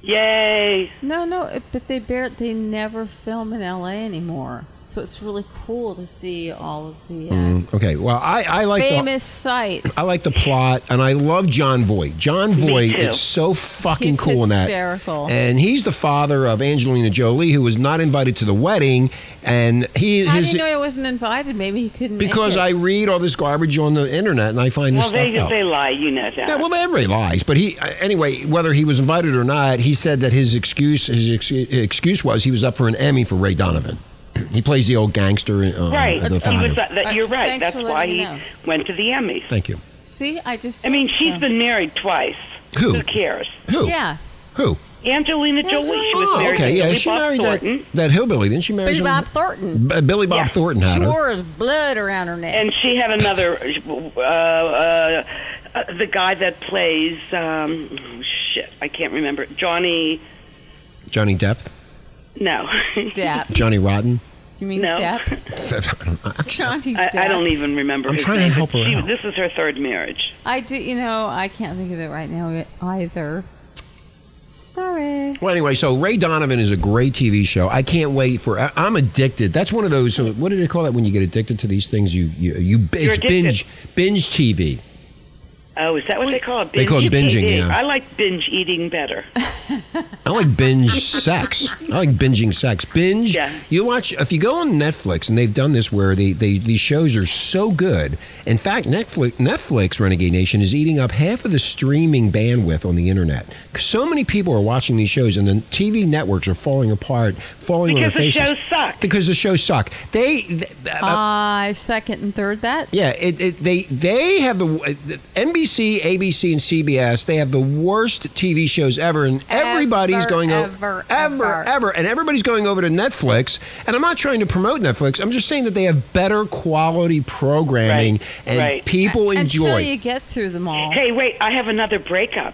[SPEAKER 3] Yay!
[SPEAKER 4] No, no, it- but they bear they never film in L.A. anymore. So it's really cool to see all of the uh,
[SPEAKER 2] Okay. Well, I Mm. I like the,
[SPEAKER 4] famous sites.
[SPEAKER 2] I like the plot, and I love John Voight. John Voight
[SPEAKER 3] too.
[SPEAKER 2] is so fucking
[SPEAKER 4] He's
[SPEAKER 2] cool
[SPEAKER 4] hysterical.
[SPEAKER 2] in that. And he's the father of Angelina Jolie, who was not invited to the wedding. And he
[SPEAKER 4] How do
[SPEAKER 2] his
[SPEAKER 4] you know he wasn't invited? Maybe he couldn't. make
[SPEAKER 2] because
[SPEAKER 4] it.
[SPEAKER 2] I read all this garbage on the internet, and I find
[SPEAKER 3] Well,
[SPEAKER 2] this
[SPEAKER 3] they
[SPEAKER 2] stuff out.
[SPEAKER 3] they lie. You know that.
[SPEAKER 2] yeah, well, everybody lies. But he, uh, anyway, whether he was invited or not, he said that his excuse his excuse, excuse was he was up for an Emmy for Ray Donovan. He plays the old gangster. in, Uh,
[SPEAKER 3] right.
[SPEAKER 2] in The
[SPEAKER 3] He
[SPEAKER 2] Father.
[SPEAKER 3] was. That, that, you're right.
[SPEAKER 4] Uh, Thanks
[SPEAKER 3] That's
[SPEAKER 4] for
[SPEAKER 3] why
[SPEAKER 4] letting
[SPEAKER 3] he
[SPEAKER 4] me know.
[SPEAKER 3] went to the Emmys.
[SPEAKER 2] Thank you.
[SPEAKER 4] see. I just.
[SPEAKER 3] I mean, she's
[SPEAKER 4] so-
[SPEAKER 3] been married twice.
[SPEAKER 2] Who?
[SPEAKER 3] Who cares?
[SPEAKER 2] Who?
[SPEAKER 4] Yeah.
[SPEAKER 2] Who?
[SPEAKER 3] Angelina Jolie. She was
[SPEAKER 2] oh,
[SPEAKER 3] married
[SPEAKER 2] okay.
[SPEAKER 3] to
[SPEAKER 2] Yeah,
[SPEAKER 3] Billy
[SPEAKER 2] she
[SPEAKER 3] Bob
[SPEAKER 2] married
[SPEAKER 3] Thornton.
[SPEAKER 2] that, that hillbilly, didn't she? Marry
[SPEAKER 4] Billy
[SPEAKER 2] John-
[SPEAKER 4] Bob Thornton.
[SPEAKER 2] B- Billy Bob
[SPEAKER 3] Yeah.
[SPEAKER 2] Thornton
[SPEAKER 4] She
[SPEAKER 2] had her.
[SPEAKER 4] wore his blood around her neck.
[SPEAKER 3] And she had another, uh, uh, uh, the guy that plays um, shit. I can't remember. Johnny.
[SPEAKER 2] Johnny Depp,
[SPEAKER 3] No.
[SPEAKER 4] Depp.
[SPEAKER 2] Johnny Rotten.
[SPEAKER 4] You mean
[SPEAKER 3] No.
[SPEAKER 4] Depp? Johnny
[SPEAKER 3] I,
[SPEAKER 4] Depp.
[SPEAKER 3] I don't even remember.
[SPEAKER 2] I'm
[SPEAKER 3] his
[SPEAKER 2] trying to
[SPEAKER 3] name, but
[SPEAKER 2] help her
[SPEAKER 3] she-
[SPEAKER 2] out.
[SPEAKER 3] This is her third marriage.
[SPEAKER 4] I do. You know, I can't think of it right now e-, either. Sorry.
[SPEAKER 2] Well, anyway, so Ray Donovan is a great TV show. I can't wait for. I, I'm addicted. That's one of those. uh, What do they call that when you get addicted to these things? You you you
[SPEAKER 3] You're
[SPEAKER 2] it's
[SPEAKER 3] addicted.
[SPEAKER 2] binge binge TV.
[SPEAKER 3] Oh, is that what they call it?
[SPEAKER 2] They call it
[SPEAKER 3] Binge
[SPEAKER 2] binging,
[SPEAKER 3] eating.
[SPEAKER 2] yeah.
[SPEAKER 3] I like binge eating better.
[SPEAKER 2] I like binge sex. I like binging sex. Binge.
[SPEAKER 3] Yeah.
[SPEAKER 2] You watch if you go on Netflix, and they've done this where they, they these shows are so good. In fact, Netflix Netflix Renegade Nation is eating up half of the streaming bandwidth on the internet. So many people are watching these shows, and the TV networks are falling apart, falling on
[SPEAKER 3] Because
[SPEAKER 2] their
[SPEAKER 3] the
[SPEAKER 2] faces
[SPEAKER 3] show sucks.
[SPEAKER 2] because the shows suck. They. th- uh,
[SPEAKER 4] I second and third that.
[SPEAKER 2] yeah, it, it, they they have the NBC, ABC, and CBS. They have the worst TV shows ever, and everybody's
[SPEAKER 4] Ever,
[SPEAKER 2] going o-
[SPEAKER 4] ever,
[SPEAKER 2] ever,
[SPEAKER 4] ever.
[SPEAKER 2] ever, and everybody's going over to Netflix. And I'm not trying to promote Netflix. I'm just saying that they have better quality programming,
[SPEAKER 3] Right,
[SPEAKER 2] and
[SPEAKER 3] right.
[SPEAKER 2] people enjoy.
[SPEAKER 4] Until you get through them all.
[SPEAKER 3] Oh. Hey, wait! I have another breakup.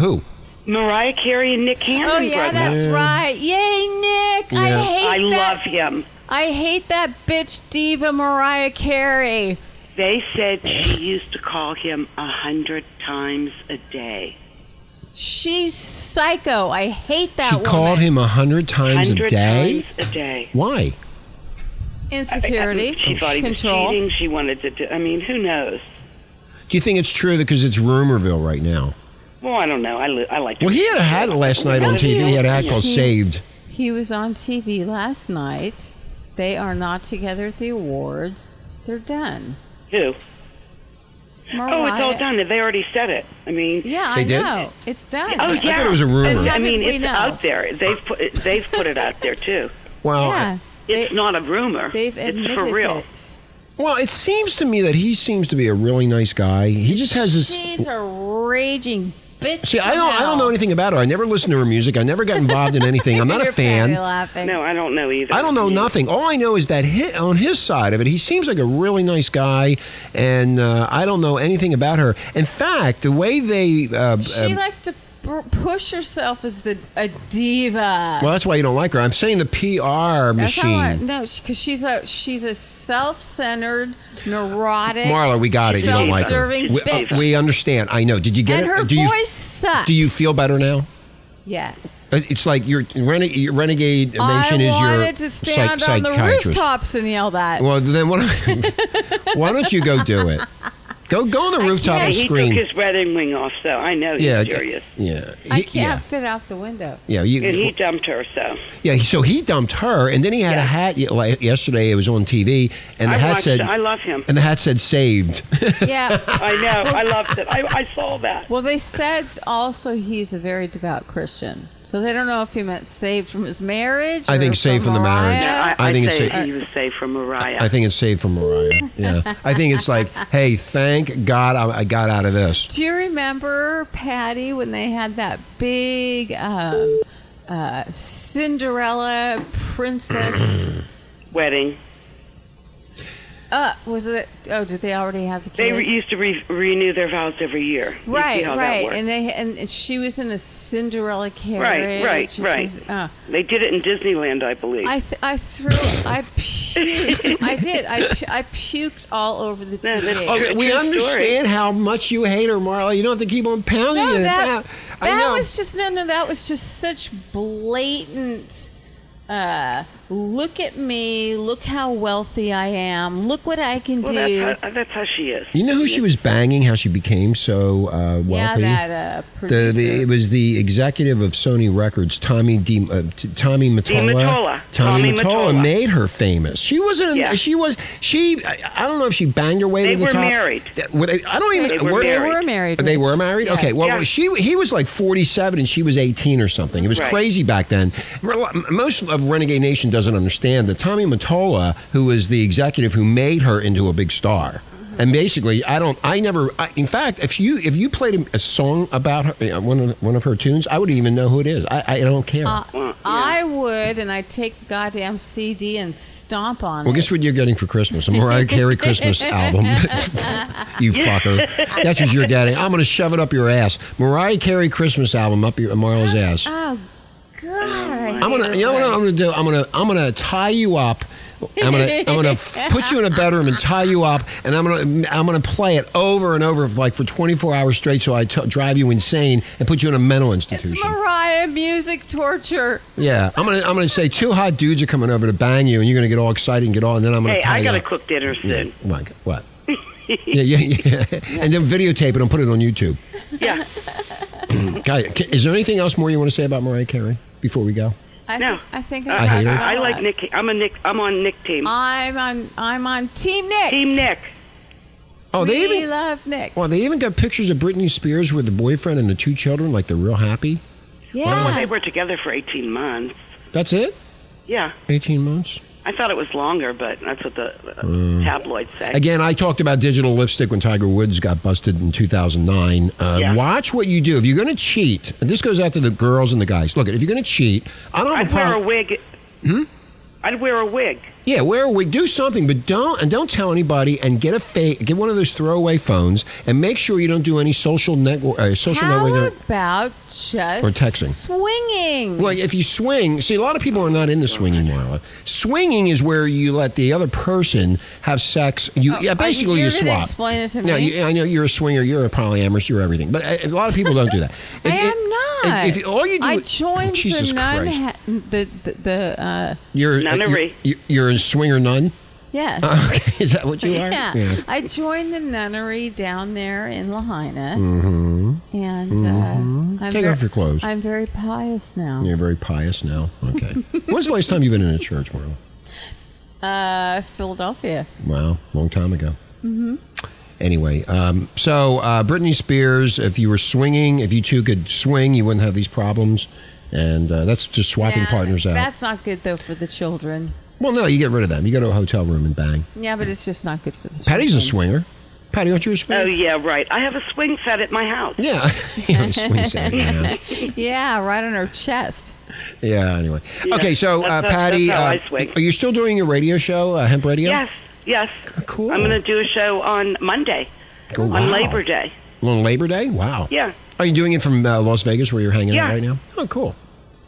[SPEAKER 2] Who?
[SPEAKER 3] Mariah Carey and Nick Cannon.
[SPEAKER 4] Oh yeah,
[SPEAKER 3] broke up.
[SPEAKER 4] that's
[SPEAKER 2] Yeah.
[SPEAKER 4] right. Yay, Nick! I
[SPEAKER 2] Yeah.
[SPEAKER 4] hate
[SPEAKER 3] I
[SPEAKER 4] that.
[SPEAKER 3] love him.
[SPEAKER 4] I hate that bitch diva Mariah Carey.
[SPEAKER 3] They said she used to call him a hundred times a day.
[SPEAKER 4] She's psycho. I hate that
[SPEAKER 2] she
[SPEAKER 4] woman.
[SPEAKER 2] called him a hundred times a
[SPEAKER 3] Hundred
[SPEAKER 2] day.
[SPEAKER 3] times a day.
[SPEAKER 2] Why?
[SPEAKER 4] insecurity.
[SPEAKER 3] She thought he was
[SPEAKER 4] control.
[SPEAKER 3] cheating. She wanted to. Do, I mean, who knows?
[SPEAKER 2] Do you think it's true? Because it's Rumorville right now.
[SPEAKER 3] Well, I don't know. I, li- I like.
[SPEAKER 2] Well, he had a hat last night on
[SPEAKER 4] No, he
[SPEAKER 2] TV. He had a hat
[SPEAKER 4] was-
[SPEAKER 2] called
[SPEAKER 4] he-
[SPEAKER 2] Saved.
[SPEAKER 4] He was on TV last night. They are not together at the awards. They're done. Oh,
[SPEAKER 3] Who?
[SPEAKER 4] Mariah.
[SPEAKER 3] Oh, it's all done. They already said it. I mean.
[SPEAKER 4] Yeah,
[SPEAKER 2] They
[SPEAKER 4] I
[SPEAKER 2] did?
[SPEAKER 4] know. It's done.
[SPEAKER 3] Oh
[SPEAKER 2] I
[SPEAKER 3] yeah.
[SPEAKER 2] thought it was a rumor.
[SPEAKER 4] How
[SPEAKER 3] I mean,
[SPEAKER 4] did we
[SPEAKER 3] it's
[SPEAKER 4] know?
[SPEAKER 3] out there. They've put it, they've put it out there too.
[SPEAKER 2] Well,
[SPEAKER 4] yeah,
[SPEAKER 3] It's
[SPEAKER 4] They-
[SPEAKER 3] not a rumor.
[SPEAKER 4] they've admitted
[SPEAKER 3] it's for real.
[SPEAKER 4] it.
[SPEAKER 2] Well, it seems to me that he seems to be a really nice guy. He just has this.
[SPEAKER 4] She's a raging bitch.
[SPEAKER 2] See, I don't, I don't know anything about her. I never listened to her music. I never got involved in anything. I'm not a fan.
[SPEAKER 4] Laughing.
[SPEAKER 3] No, I don't know either.
[SPEAKER 2] I don't know nothing. All I know is that hit on his side of it, he seems like a really nice guy, and uh, I don't know anything about her. In fact, the way they, uh,
[SPEAKER 4] She
[SPEAKER 2] uh,
[SPEAKER 4] likes to pr- push herself as the a diva.
[SPEAKER 2] well, that's why you don't like her. I'm saying the PR
[SPEAKER 4] That's how I,
[SPEAKER 2] machine,
[SPEAKER 4] no, because she's a she's a self-centered, neurotic.
[SPEAKER 2] Marla. We got it. You don't like her.
[SPEAKER 4] Self-serving
[SPEAKER 2] We, uh,
[SPEAKER 4] bitch.
[SPEAKER 2] we understand. I know. Did you get
[SPEAKER 4] and
[SPEAKER 2] it?
[SPEAKER 4] her
[SPEAKER 2] do
[SPEAKER 4] voice
[SPEAKER 2] you
[SPEAKER 4] sucks.
[SPEAKER 2] do you feel better now?
[SPEAKER 4] Yes.
[SPEAKER 2] It- Uh, It's like your, rene- your renegade nation
[SPEAKER 4] I
[SPEAKER 2] is your
[SPEAKER 4] wanted to stand
[SPEAKER 2] psych-
[SPEAKER 4] on the
[SPEAKER 2] psychiatrist.
[SPEAKER 4] rooftops and yell that.
[SPEAKER 2] Well, then why don't, why don't you go do it? Go go on the rooftop
[SPEAKER 3] Yeah,
[SPEAKER 2] and
[SPEAKER 3] he
[SPEAKER 2] scream.
[SPEAKER 3] took his wedding wing off, so I know he's
[SPEAKER 2] yeah,
[SPEAKER 3] serious.
[SPEAKER 2] yeah,
[SPEAKER 4] I
[SPEAKER 2] He-
[SPEAKER 4] can't
[SPEAKER 2] yeah,
[SPEAKER 4] fit out the window.
[SPEAKER 2] yeah. You,
[SPEAKER 3] And he dumped her, so
[SPEAKER 2] yeah. So he dumped her, and then he had a
[SPEAKER 3] Yeah.
[SPEAKER 2] hat ye- like, yesterday. It was on TV, and the
[SPEAKER 3] I
[SPEAKER 2] hat
[SPEAKER 3] watched
[SPEAKER 2] said,
[SPEAKER 3] it. I love him.
[SPEAKER 2] and the hat said "saved."
[SPEAKER 4] Yeah.
[SPEAKER 3] I know. I loved it. I, I saw that.
[SPEAKER 4] well, they said also he's a very devout Christian, so they don't know if he meant saved from his marriage.
[SPEAKER 2] I
[SPEAKER 4] or
[SPEAKER 2] think saved from the marriage.
[SPEAKER 4] Mariah.
[SPEAKER 3] I,
[SPEAKER 2] I think it's
[SPEAKER 3] say
[SPEAKER 2] a-
[SPEAKER 3] he was safe from Mariah.
[SPEAKER 2] I think it's saved from Mariah. Yeah, I think it's like, hey, thank God I, I got out of this.
[SPEAKER 4] Do you remember Patty when they had that big um, uh, Cinderella princess?
[SPEAKER 3] Wedding.
[SPEAKER 4] uh, was it? Oh, did they already have the kids?
[SPEAKER 3] They re- used to re- renew their vows every year. You see
[SPEAKER 4] right,
[SPEAKER 3] how that
[SPEAKER 4] right,
[SPEAKER 3] worked.
[SPEAKER 4] and they and she was in a Cinderella carriage.
[SPEAKER 3] right,
[SPEAKER 4] It's
[SPEAKER 3] right.
[SPEAKER 4] just, uh,
[SPEAKER 3] They did it in Disneyland, I believe.
[SPEAKER 4] I th- I threw I puked. I did. I pu- I puked all over the
[SPEAKER 3] No,
[SPEAKER 4] TV.
[SPEAKER 3] that's-
[SPEAKER 2] Okay, Oh, we
[SPEAKER 3] True story.
[SPEAKER 2] understand how much you hate her, Marla. You don't have to keep on pounding
[SPEAKER 4] No,
[SPEAKER 2] it.
[SPEAKER 4] that-
[SPEAKER 2] I
[SPEAKER 4] that
[SPEAKER 2] know.
[SPEAKER 4] was just no, no. That was just such blatant. Uh, look at me. Look how wealthy I am. Look what I can
[SPEAKER 3] well,
[SPEAKER 4] do.
[SPEAKER 3] that's how, that's how she is.
[SPEAKER 2] You know who she was banging? How she became so uh, wealthy?
[SPEAKER 4] yeah, that uh,
[SPEAKER 2] The,
[SPEAKER 4] producer.
[SPEAKER 2] the, it was the executive of Sony Records, Tommy D, uh, T- Tommy Mottola.
[SPEAKER 3] Mottola.
[SPEAKER 2] Tommy
[SPEAKER 3] Tommy
[SPEAKER 2] Mottola
[SPEAKER 3] Mottola.
[SPEAKER 2] made her famous. She wasn't.
[SPEAKER 3] Yeah.
[SPEAKER 2] She was. She. I, I don't know if she banged her way
[SPEAKER 3] They
[SPEAKER 2] to the
[SPEAKER 3] were
[SPEAKER 2] top.
[SPEAKER 3] married.
[SPEAKER 2] Yeah, were they- I don't even.
[SPEAKER 3] They were
[SPEAKER 4] they
[SPEAKER 3] married.
[SPEAKER 4] were married.
[SPEAKER 2] They
[SPEAKER 4] Rich.
[SPEAKER 2] were married. Okay.
[SPEAKER 4] Yes.
[SPEAKER 2] Well,
[SPEAKER 3] Yeah.
[SPEAKER 2] she he was like forty-seven and she was eighteen or something. It was
[SPEAKER 3] Right.
[SPEAKER 2] crazy back then. Re- Most of Renegade Nation doesn't understand that Tommy Mottola, who was the executive who made her into a big star, And basically, I don't. I never. I, in fact, if you if you played a, a song about her, uh, one of one of her tunes, I wouldn't even know who it is. I, I don't care.
[SPEAKER 4] Uh, I would, and I'd take the goddamn CD and stomp on
[SPEAKER 2] well,
[SPEAKER 4] it.
[SPEAKER 2] guess what you're getting for Christmas? A Mariah Carey Christmas album. you fucker. That's what you're getting. I'm going to shove it up your ass. Mariah Carey Christmas album up your Marla's ass.
[SPEAKER 4] Oh, God.
[SPEAKER 2] I'm gonna. You know what I'm gonna do? I'm gonna. I'm gonna tie you up. I'm gonna. I'm gonna f- put you in a bedroom and tie you up, and I'm gonna. I'm gonna play it over and over, like for 24 hours straight, so I t- drive you insane and put you in a mental institution.
[SPEAKER 4] It's Mariah music torture.
[SPEAKER 2] yeah, I'm gonna. I'm gonna say two hot dudes are coming over to bang you, and you're gonna get all excited and get on, and then I'm gonna.
[SPEAKER 3] Hey,
[SPEAKER 2] tie
[SPEAKER 3] I
[SPEAKER 2] you
[SPEAKER 3] gotta
[SPEAKER 2] up.
[SPEAKER 3] cook dinner
[SPEAKER 2] Yeah,
[SPEAKER 3] soon.
[SPEAKER 2] Mike, what? yeah, yeah, yeah. And then videotape it and put it on YouTube.
[SPEAKER 3] Yeah.
[SPEAKER 2] Guy, ca- is there anything else more you want to say about Mariah Carey before we go?
[SPEAKER 4] I
[SPEAKER 3] No. Uh,
[SPEAKER 4] think,
[SPEAKER 2] I
[SPEAKER 4] I think got
[SPEAKER 2] hate
[SPEAKER 4] it.
[SPEAKER 2] her.
[SPEAKER 3] I like Nick. I'm a Nick. I'm on Nick team.
[SPEAKER 4] I'm on. I'm on Team Nick.
[SPEAKER 3] Team Nick.
[SPEAKER 2] Oh, they
[SPEAKER 4] we
[SPEAKER 2] even
[SPEAKER 4] love Nick.
[SPEAKER 2] Well, they even got pictures of Britney Spears with the boyfriend and the two children, like they're real happy.
[SPEAKER 4] Yeah.
[SPEAKER 3] They were together for 18 months.
[SPEAKER 2] That's it?
[SPEAKER 3] Yeah,
[SPEAKER 2] 18 months?
[SPEAKER 3] I thought it was longer, but that's what the uh,
[SPEAKER 2] Mm.
[SPEAKER 3] tabloids say.
[SPEAKER 2] Again, I talked about digital lipstick when Tiger Woods got busted in 2009. Uh,
[SPEAKER 3] Yeah.
[SPEAKER 2] Watch what you do. If you're going to cheat, and this goes out to the girls and the guys. Look, if you're going to cheat, I don't have
[SPEAKER 3] I'd
[SPEAKER 2] a problem.
[SPEAKER 3] wear a wig. Hmm? I'd wear a wig.
[SPEAKER 2] Yeah, where we do something, but don't and don't tell anybody. And get a fa- get one of those throwaway phones, and make sure you don't do any social network. Uh, social
[SPEAKER 4] How
[SPEAKER 2] network.
[SPEAKER 4] about just
[SPEAKER 2] Or texting.
[SPEAKER 4] swinging?
[SPEAKER 2] Well, if you swing, see, a lot of people are not into swinging, Marla. Swinging is where you let the other person have sex. You,
[SPEAKER 4] Oh,
[SPEAKER 2] yeah,
[SPEAKER 4] are you
[SPEAKER 2] basically you,
[SPEAKER 4] here to
[SPEAKER 2] swap.
[SPEAKER 4] explain it to
[SPEAKER 2] no,
[SPEAKER 4] me?
[SPEAKER 2] you- I know you're a swinger, you're a polyamorous, you're everything, but uh, a lot of people don't do that.
[SPEAKER 4] I
[SPEAKER 2] If-
[SPEAKER 4] am not.
[SPEAKER 2] If, if all you do,
[SPEAKER 4] I
[SPEAKER 2] is-
[SPEAKER 4] joined
[SPEAKER 2] Jesus
[SPEAKER 4] the nun.
[SPEAKER 2] Christ.
[SPEAKER 4] Ha- the the, the uh,
[SPEAKER 2] You're
[SPEAKER 3] Nunnery.
[SPEAKER 2] You're, you're a swinger nun.
[SPEAKER 4] yes.
[SPEAKER 2] Okay, is that what Uh-huh. you are?
[SPEAKER 4] yeah. I joined the nunnery down there in Lahaina,
[SPEAKER 2] hmm
[SPEAKER 4] and uh, I'm,
[SPEAKER 2] Mm-hmm. Take
[SPEAKER 4] ver-
[SPEAKER 2] off your clothes.
[SPEAKER 4] I'm very pious now.
[SPEAKER 2] You're very pious now. Okay. When's the last time you've been in a church, Marla?
[SPEAKER 4] Uh, Philadelphia.
[SPEAKER 2] Wow, long time ago. Mm-hmm. Anyway, um, so uh, Britney Spears, if you were swinging, if you two could swing, you wouldn't have these problems. And uh, that's just swapping
[SPEAKER 4] Nah,
[SPEAKER 2] partners out.
[SPEAKER 4] That's not good though for the children.
[SPEAKER 2] well, no, you get rid of them. You go to a hotel room and bang.
[SPEAKER 4] Yeah, but it's just not good for the.
[SPEAKER 2] Patty's a
[SPEAKER 4] children.
[SPEAKER 2] swinger. Patty, aren't you a
[SPEAKER 3] Oh
[SPEAKER 2] swinger?
[SPEAKER 3] yeah, right. I have a swing set at my house.
[SPEAKER 2] yeah. you have a swing set. Yeah.
[SPEAKER 4] Yeah, right on her chest.
[SPEAKER 2] yeah, anyway.
[SPEAKER 3] Yeah,
[SPEAKER 2] okay, so uh,
[SPEAKER 3] that's- that's
[SPEAKER 2] Patty,
[SPEAKER 3] how I
[SPEAKER 2] uh,
[SPEAKER 3] swing.
[SPEAKER 2] are you still doing your radio show, uh, Hemp Radio?
[SPEAKER 3] Yes, yes.
[SPEAKER 2] Cool.
[SPEAKER 3] I'm going to do a show on Monday
[SPEAKER 2] Oh,
[SPEAKER 3] on
[SPEAKER 2] wow.
[SPEAKER 3] Labor Day.
[SPEAKER 2] On Labor Day? Wow.
[SPEAKER 3] Yeah.
[SPEAKER 2] Are you doing it from uh, Las Vegas where you're hanging out
[SPEAKER 3] Yeah.
[SPEAKER 2] right now? Oh, cool.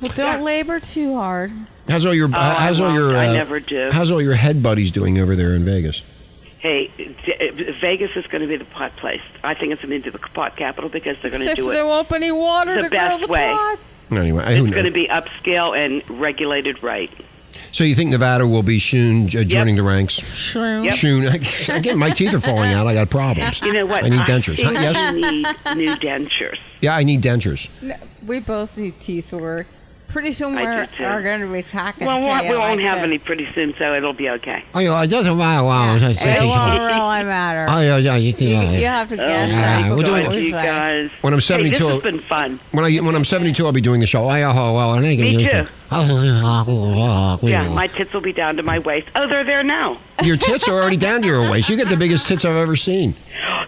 [SPEAKER 4] But don't
[SPEAKER 3] Yeah.
[SPEAKER 4] labor too hard.
[SPEAKER 2] How's all your
[SPEAKER 3] Oh, I
[SPEAKER 2] how's all
[SPEAKER 3] won't.
[SPEAKER 2] your
[SPEAKER 3] I
[SPEAKER 2] uh,
[SPEAKER 3] never do.
[SPEAKER 2] How's all your head buddies doing over there in Vegas?
[SPEAKER 3] Hey, D- Vegas is going to be the pot place. I think it's going to be the pot capital because they're going to
[SPEAKER 4] Except
[SPEAKER 3] do
[SPEAKER 4] for
[SPEAKER 3] it.
[SPEAKER 4] there won't be any water
[SPEAKER 3] the
[SPEAKER 4] to
[SPEAKER 3] best
[SPEAKER 4] grow the
[SPEAKER 3] way.
[SPEAKER 4] pot.
[SPEAKER 2] Anyway, I- who
[SPEAKER 3] It's going to
[SPEAKER 2] knows?
[SPEAKER 3] be upscale and regulated right.
[SPEAKER 2] so you think Nevada will be soon uh, joining the ranks?
[SPEAKER 4] Shroom.
[SPEAKER 3] Yep.
[SPEAKER 2] Soon again, my teeth are falling out. I got problems.
[SPEAKER 3] You know what?
[SPEAKER 2] I need dentures.
[SPEAKER 3] think
[SPEAKER 2] Huh? Yes.
[SPEAKER 3] we need new dentures.
[SPEAKER 2] Yeah, I need dentures.
[SPEAKER 4] We both need teeth work. Pretty soon
[SPEAKER 3] I
[SPEAKER 4] we're,
[SPEAKER 3] do too.
[SPEAKER 4] are going to be talking.
[SPEAKER 3] Well, we
[SPEAKER 4] to
[SPEAKER 3] won't,
[SPEAKER 4] you
[SPEAKER 3] we won't
[SPEAKER 4] like
[SPEAKER 3] have
[SPEAKER 4] this.
[SPEAKER 3] any pretty soon, so it'll be okay.
[SPEAKER 2] Oh, yeah, it doesn't matter. Wow.
[SPEAKER 4] It won't really matter.
[SPEAKER 2] Oh, yeah, yeah, you think,
[SPEAKER 4] You,
[SPEAKER 2] uh,
[SPEAKER 4] you have to guess.
[SPEAKER 2] Yeah,
[SPEAKER 4] that.
[SPEAKER 2] we'll do it.
[SPEAKER 3] God, Oh, you guys.
[SPEAKER 2] When I'm
[SPEAKER 3] Hey, this
[SPEAKER 2] 72,
[SPEAKER 3] has been fun.
[SPEAKER 2] when I when I'm 72, I'll be doing the show. I oh, well, I ain't gonna
[SPEAKER 3] Me
[SPEAKER 2] do
[SPEAKER 3] too.
[SPEAKER 2] anything. Oh,
[SPEAKER 3] Yeah, my tits will be down to my waist. Oh, they're there now.
[SPEAKER 2] your tits are already down to your waist. You got the biggest tits I've ever seen.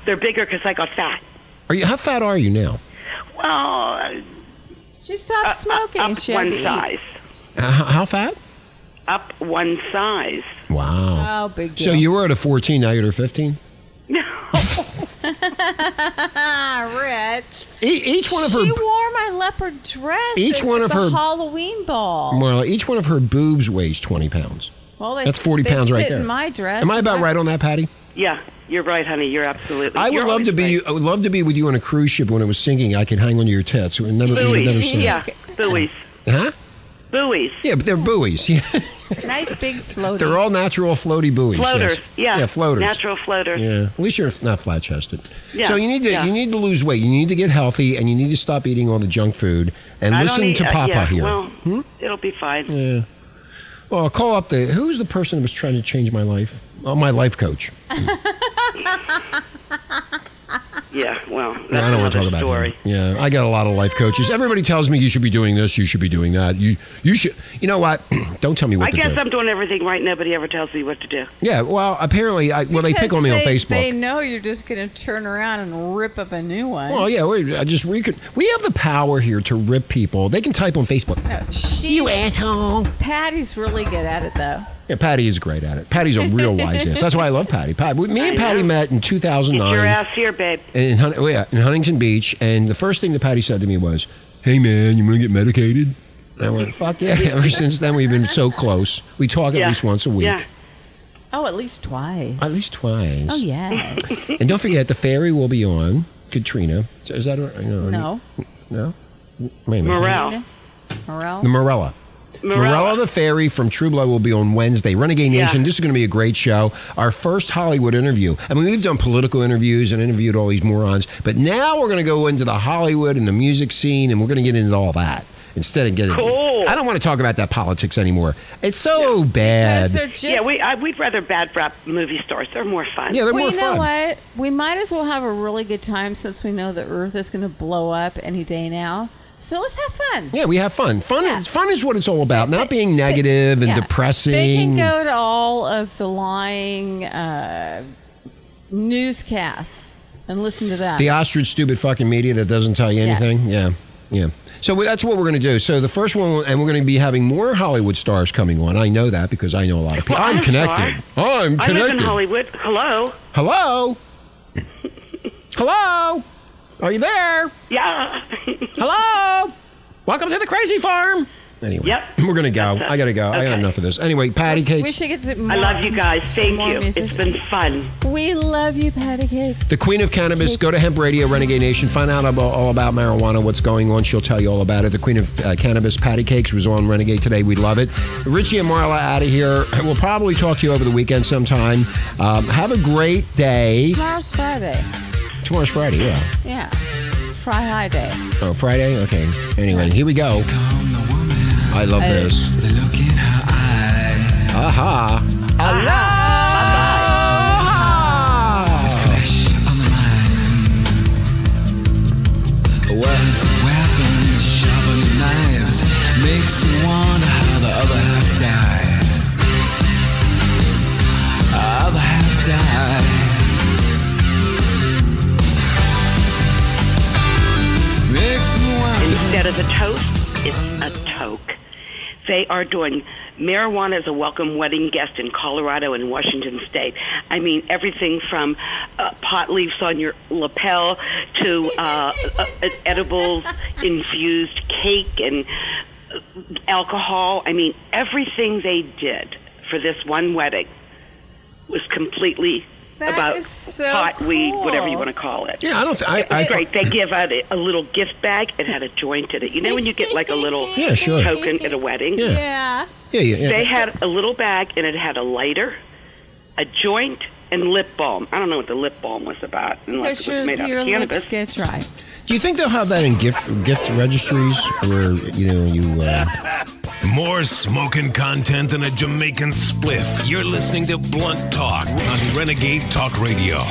[SPEAKER 3] They're bigger because I got fat.
[SPEAKER 2] Are you? How fat are you now?
[SPEAKER 3] Well,
[SPEAKER 4] She stopped smoking.
[SPEAKER 3] uh, up
[SPEAKER 4] she had
[SPEAKER 3] one
[SPEAKER 4] to eat.
[SPEAKER 3] size.
[SPEAKER 2] Uh, how, how fat?
[SPEAKER 3] Up one size.
[SPEAKER 2] Wow.
[SPEAKER 3] Uh,
[SPEAKER 4] Oh, big deal.
[SPEAKER 2] So you were at a 14, now you're at a 15?
[SPEAKER 4] ah, rich.
[SPEAKER 2] E- each one of her
[SPEAKER 4] she wore my leopard dress.
[SPEAKER 2] Each
[SPEAKER 4] at
[SPEAKER 2] one of
[SPEAKER 4] the
[SPEAKER 2] her-
[SPEAKER 4] Halloween ball.
[SPEAKER 2] Marla, each one of her boobs weighs 20 pounds.
[SPEAKER 4] Well, they,
[SPEAKER 2] That's 40
[SPEAKER 4] they
[SPEAKER 2] pounds
[SPEAKER 4] fit
[SPEAKER 2] right there.
[SPEAKER 4] In my dress.
[SPEAKER 2] Am I about right on that, Patty?
[SPEAKER 3] Yeah, you're right, honey. You're absolutely.
[SPEAKER 2] I would
[SPEAKER 3] you're
[SPEAKER 2] love to
[SPEAKER 3] always
[SPEAKER 2] be
[SPEAKER 3] right.
[SPEAKER 2] I would love to be with you on a cruise ship when it was sinking. I could hang onto your tits. It would never, you would never
[SPEAKER 3] Buoys.
[SPEAKER 2] sink.
[SPEAKER 3] Yeah, buoys.
[SPEAKER 2] Huh?
[SPEAKER 3] Buoys.
[SPEAKER 2] Yeah, but they're buoys. Yeah.
[SPEAKER 4] Nice big floaty.
[SPEAKER 2] They're all natural floaty buoys. yes.
[SPEAKER 3] Floaters. Yeah.
[SPEAKER 2] Yeah, floaters.
[SPEAKER 3] Natural floaters.
[SPEAKER 2] Yeah. At least you're not flat chested.
[SPEAKER 3] Yeah,
[SPEAKER 2] So you need to
[SPEAKER 3] yeah.
[SPEAKER 2] you need to lose weight. You need to get healthy and you need to stop eating all the junk food and
[SPEAKER 3] I don't
[SPEAKER 2] listen
[SPEAKER 3] need-
[SPEAKER 2] to
[SPEAKER 3] uh,
[SPEAKER 2] Papa
[SPEAKER 3] yeah,
[SPEAKER 2] here. Hmm?
[SPEAKER 3] Well, it'll be fine.
[SPEAKER 2] Yeah. Well, call up the who's the person that was trying to change my life? Oh, my life coach.
[SPEAKER 3] Yeah, well, that's
[SPEAKER 2] I don't want to
[SPEAKER 3] another
[SPEAKER 2] talk about
[SPEAKER 3] story.
[SPEAKER 2] that. Yeah, I got a lot of life coaches. Everybody tells me you should be doing this, you should be doing that. You you should. You know what? don't tell me what
[SPEAKER 3] I
[SPEAKER 2] to
[SPEAKER 3] guess
[SPEAKER 2] do.
[SPEAKER 3] I'm doing everything right. Nobody ever tells me what to do.
[SPEAKER 2] yeah. Well, apparently, I, well, they pick
[SPEAKER 4] Because
[SPEAKER 2] on me on
[SPEAKER 4] they-
[SPEAKER 2] Facebook.
[SPEAKER 4] They know you're just going to turn around and rip up a new one.
[SPEAKER 2] well, yeah, we I just we could we have the power here to rip people. They can type on Facebook.
[SPEAKER 4] No, she,
[SPEAKER 2] You asshole.
[SPEAKER 4] Patty's really good at it, though.
[SPEAKER 2] Yeah, Patty is great at it. Patty's a real wise ass. That's why I love Patty. Patty me and
[SPEAKER 3] I
[SPEAKER 2] Patty
[SPEAKER 3] know.
[SPEAKER 2] met in
[SPEAKER 3] Get
[SPEAKER 2] 2009.
[SPEAKER 3] your ass here, babe.
[SPEAKER 2] in, Hun- oh, yeah, in Huntington Beach, and the first thing that Patty said to me was, "Hey man, you want to get medicated?" And I went, "Fuck yeah!" Ever since then, we've been so close. We talk at
[SPEAKER 3] Yeah.
[SPEAKER 2] least once a week,
[SPEAKER 3] Yeah.
[SPEAKER 4] Oh, at least twice.
[SPEAKER 2] at least twice.
[SPEAKER 4] Oh yeah.
[SPEAKER 2] And don't forget, the fairy will be on Katrina. So Is that right? No,
[SPEAKER 4] no.
[SPEAKER 2] no. Wait a minute.
[SPEAKER 3] Morel.
[SPEAKER 4] Morel.
[SPEAKER 2] The Morella.
[SPEAKER 4] Mm-hmm.
[SPEAKER 2] Morella the Fairy from True Blood will be on Wednesday. Renegade
[SPEAKER 3] Yeah.
[SPEAKER 2] Nation, this is going to be a great show. Our first Hollywood interview. I mean, we've done political interviews and interviewed all these morons, but now we're going to go into the Hollywood and the music scene, and we're going to get into all that instead of getting.
[SPEAKER 3] Cool.
[SPEAKER 2] I don't want to talk about that politics anymore. It's so bad.
[SPEAKER 4] Because they're just.
[SPEAKER 3] yeah, we I, we'd rather bad rap movie stars. They're more fun.
[SPEAKER 2] yeah, they're
[SPEAKER 4] well,
[SPEAKER 2] more
[SPEAKER 4] you know
[SPEAKER 2] fun.
[SPEAKER 4] what? We might as well have a really good time since we know the Earth is going to blow up any day now. So let's have fun.
[SPEAKER 2] Yeah, we have fun. Fun
[SPEAKER 4] Yeah.
[SPEAKER 2] is fun is what it's all about. Not
[SPEAKER 4] They-
[SPEAKER 2] being negative and
[SPEAKER 4] yeah.
[SPEAKER 2] depressing.
[SPEAKER 4] They can go to all of the lying uh, newscasts and listen to that.
[SPEAKER 2] The ostrich, stupid fucking media that doesn't tell you
[SPEAKER 4] Yes.
[SPEAKER 2] anything. Yeah, yeah. So we- that's what we're going to do. So the first one, and we're going to be having more Hollywood stars coming on. I know that because I know a lot of people.
[SPEAKER 3] Well, I'm
[SPEAKER 2] I'm
[SPEAKER 3] a
[SPEAKER 2] connected. Oh, I'm
[SPEAKER 3] I live in
[SPEAKER 2] connected.
[SPEAKER 3] Hollywood. Hello.
[SPEAKER 2] Hello. Hello. Are you there?
[SPEAKER 3] Yeah.
[SPEAKER 2] Hello. Welcome to the crazy farm. Anyway,
[SPEAKER 3] Yep.
[SPEAKER 2] we're going to go. I got to go. I got
[SPEAKER 3] Okay.
[SPEAKER 2] enough of this. Anyway, patty
[SPEAKER 4] Let's- We
[SPEAKER 2] cakes.
[SPEAKER 4] should get to
[SPEAKER 3] I love you guys.
[SPEAKER 4] some
[SPEAKER 3] Thank
[SPEAKER 4] more
[SPEAKER 3] you.
[SPEAKER 4] music.
[SPEAKER 3] It's been fun.
[SPEAKER 4] We love you, Patty Cake.
[SPEAKER 2] The Queen of Cannabis. Go to Hemp Radio, Renegade Nation. Find out about, all about marijuana, what's going on. She'll tell you all about it. The Queen of uh, Cannabis, Patty Cakes, was on Renegade today. We love it. Richie and Marla out of here. We'll probably talk to you over the weekend sometime. Um, have a great day.
[SPEAKER 4] Tomorrow's Friday.
[SPEAKER 2] Tomorrow's Friday, yeah.
[SPEAKER 4] Yeah. Fry High Day.
[SPEAKER 2] Oh, Friday? Okay. Anyway, here we go. I love this. Aha. Aloha.
[SPEAKER 5] Makes you wonder how the other half died. Other half died. Makes you wonder.
[SPEAKER 3] Instead of a toast, it's a toke. They are doing marijuana as a welcome wedding guest in Colorado and Washington State. I mean, everything from uh, pot leaves on your lapel to uh, uh, edibles infused cake and uh, alcohol. I mean, everything they did for this one wedding was completely
[SPEAKER 4] That
[SPEAKER 3] about
[SPEAKER 4] is so
[SPEAKER 3] pot, weed, whatever you
[SPEAKER 4] cool.
[SPEAKER 3] want to call it.
[SPEAKER 2] Yeah, I don't. Th- I,
[SPEAKER 3] It was
[SPEAKER 2] I,
[SPEAKER 3] great. They give out a, a little gift bag. It had a joint in it. You know when you get like a little
[SPEAKER 2] Yeah, sure.
[SPEAKER 3] token at a wedding?
[SPEAKER 2] Yeah. yeah, yeah, yeah.
[SPEAKER 3] They had a little bag and it had a lighter, a joint, and lip balm. I don't know what the lip balm was about unless
[SPEAKER 4] Because
[SPEAKER 3] it was
[SPEAKER 4] your,
[SPEAKER 3] made out
[SPEAKER 4] your
[SPEAKER 3] of
[SPEAKER 4] lips
[SPEAKER 3] cannabis.
[SPEAKER 4] get dry.
[SPEAKER 2] Do you think they'll have that in gift gift registries where you know you? Uh,
[SPEAKER 1] More smoking content than a Jamaican spliff. You're listening to Blunt Talk on Renegade Talk Radio.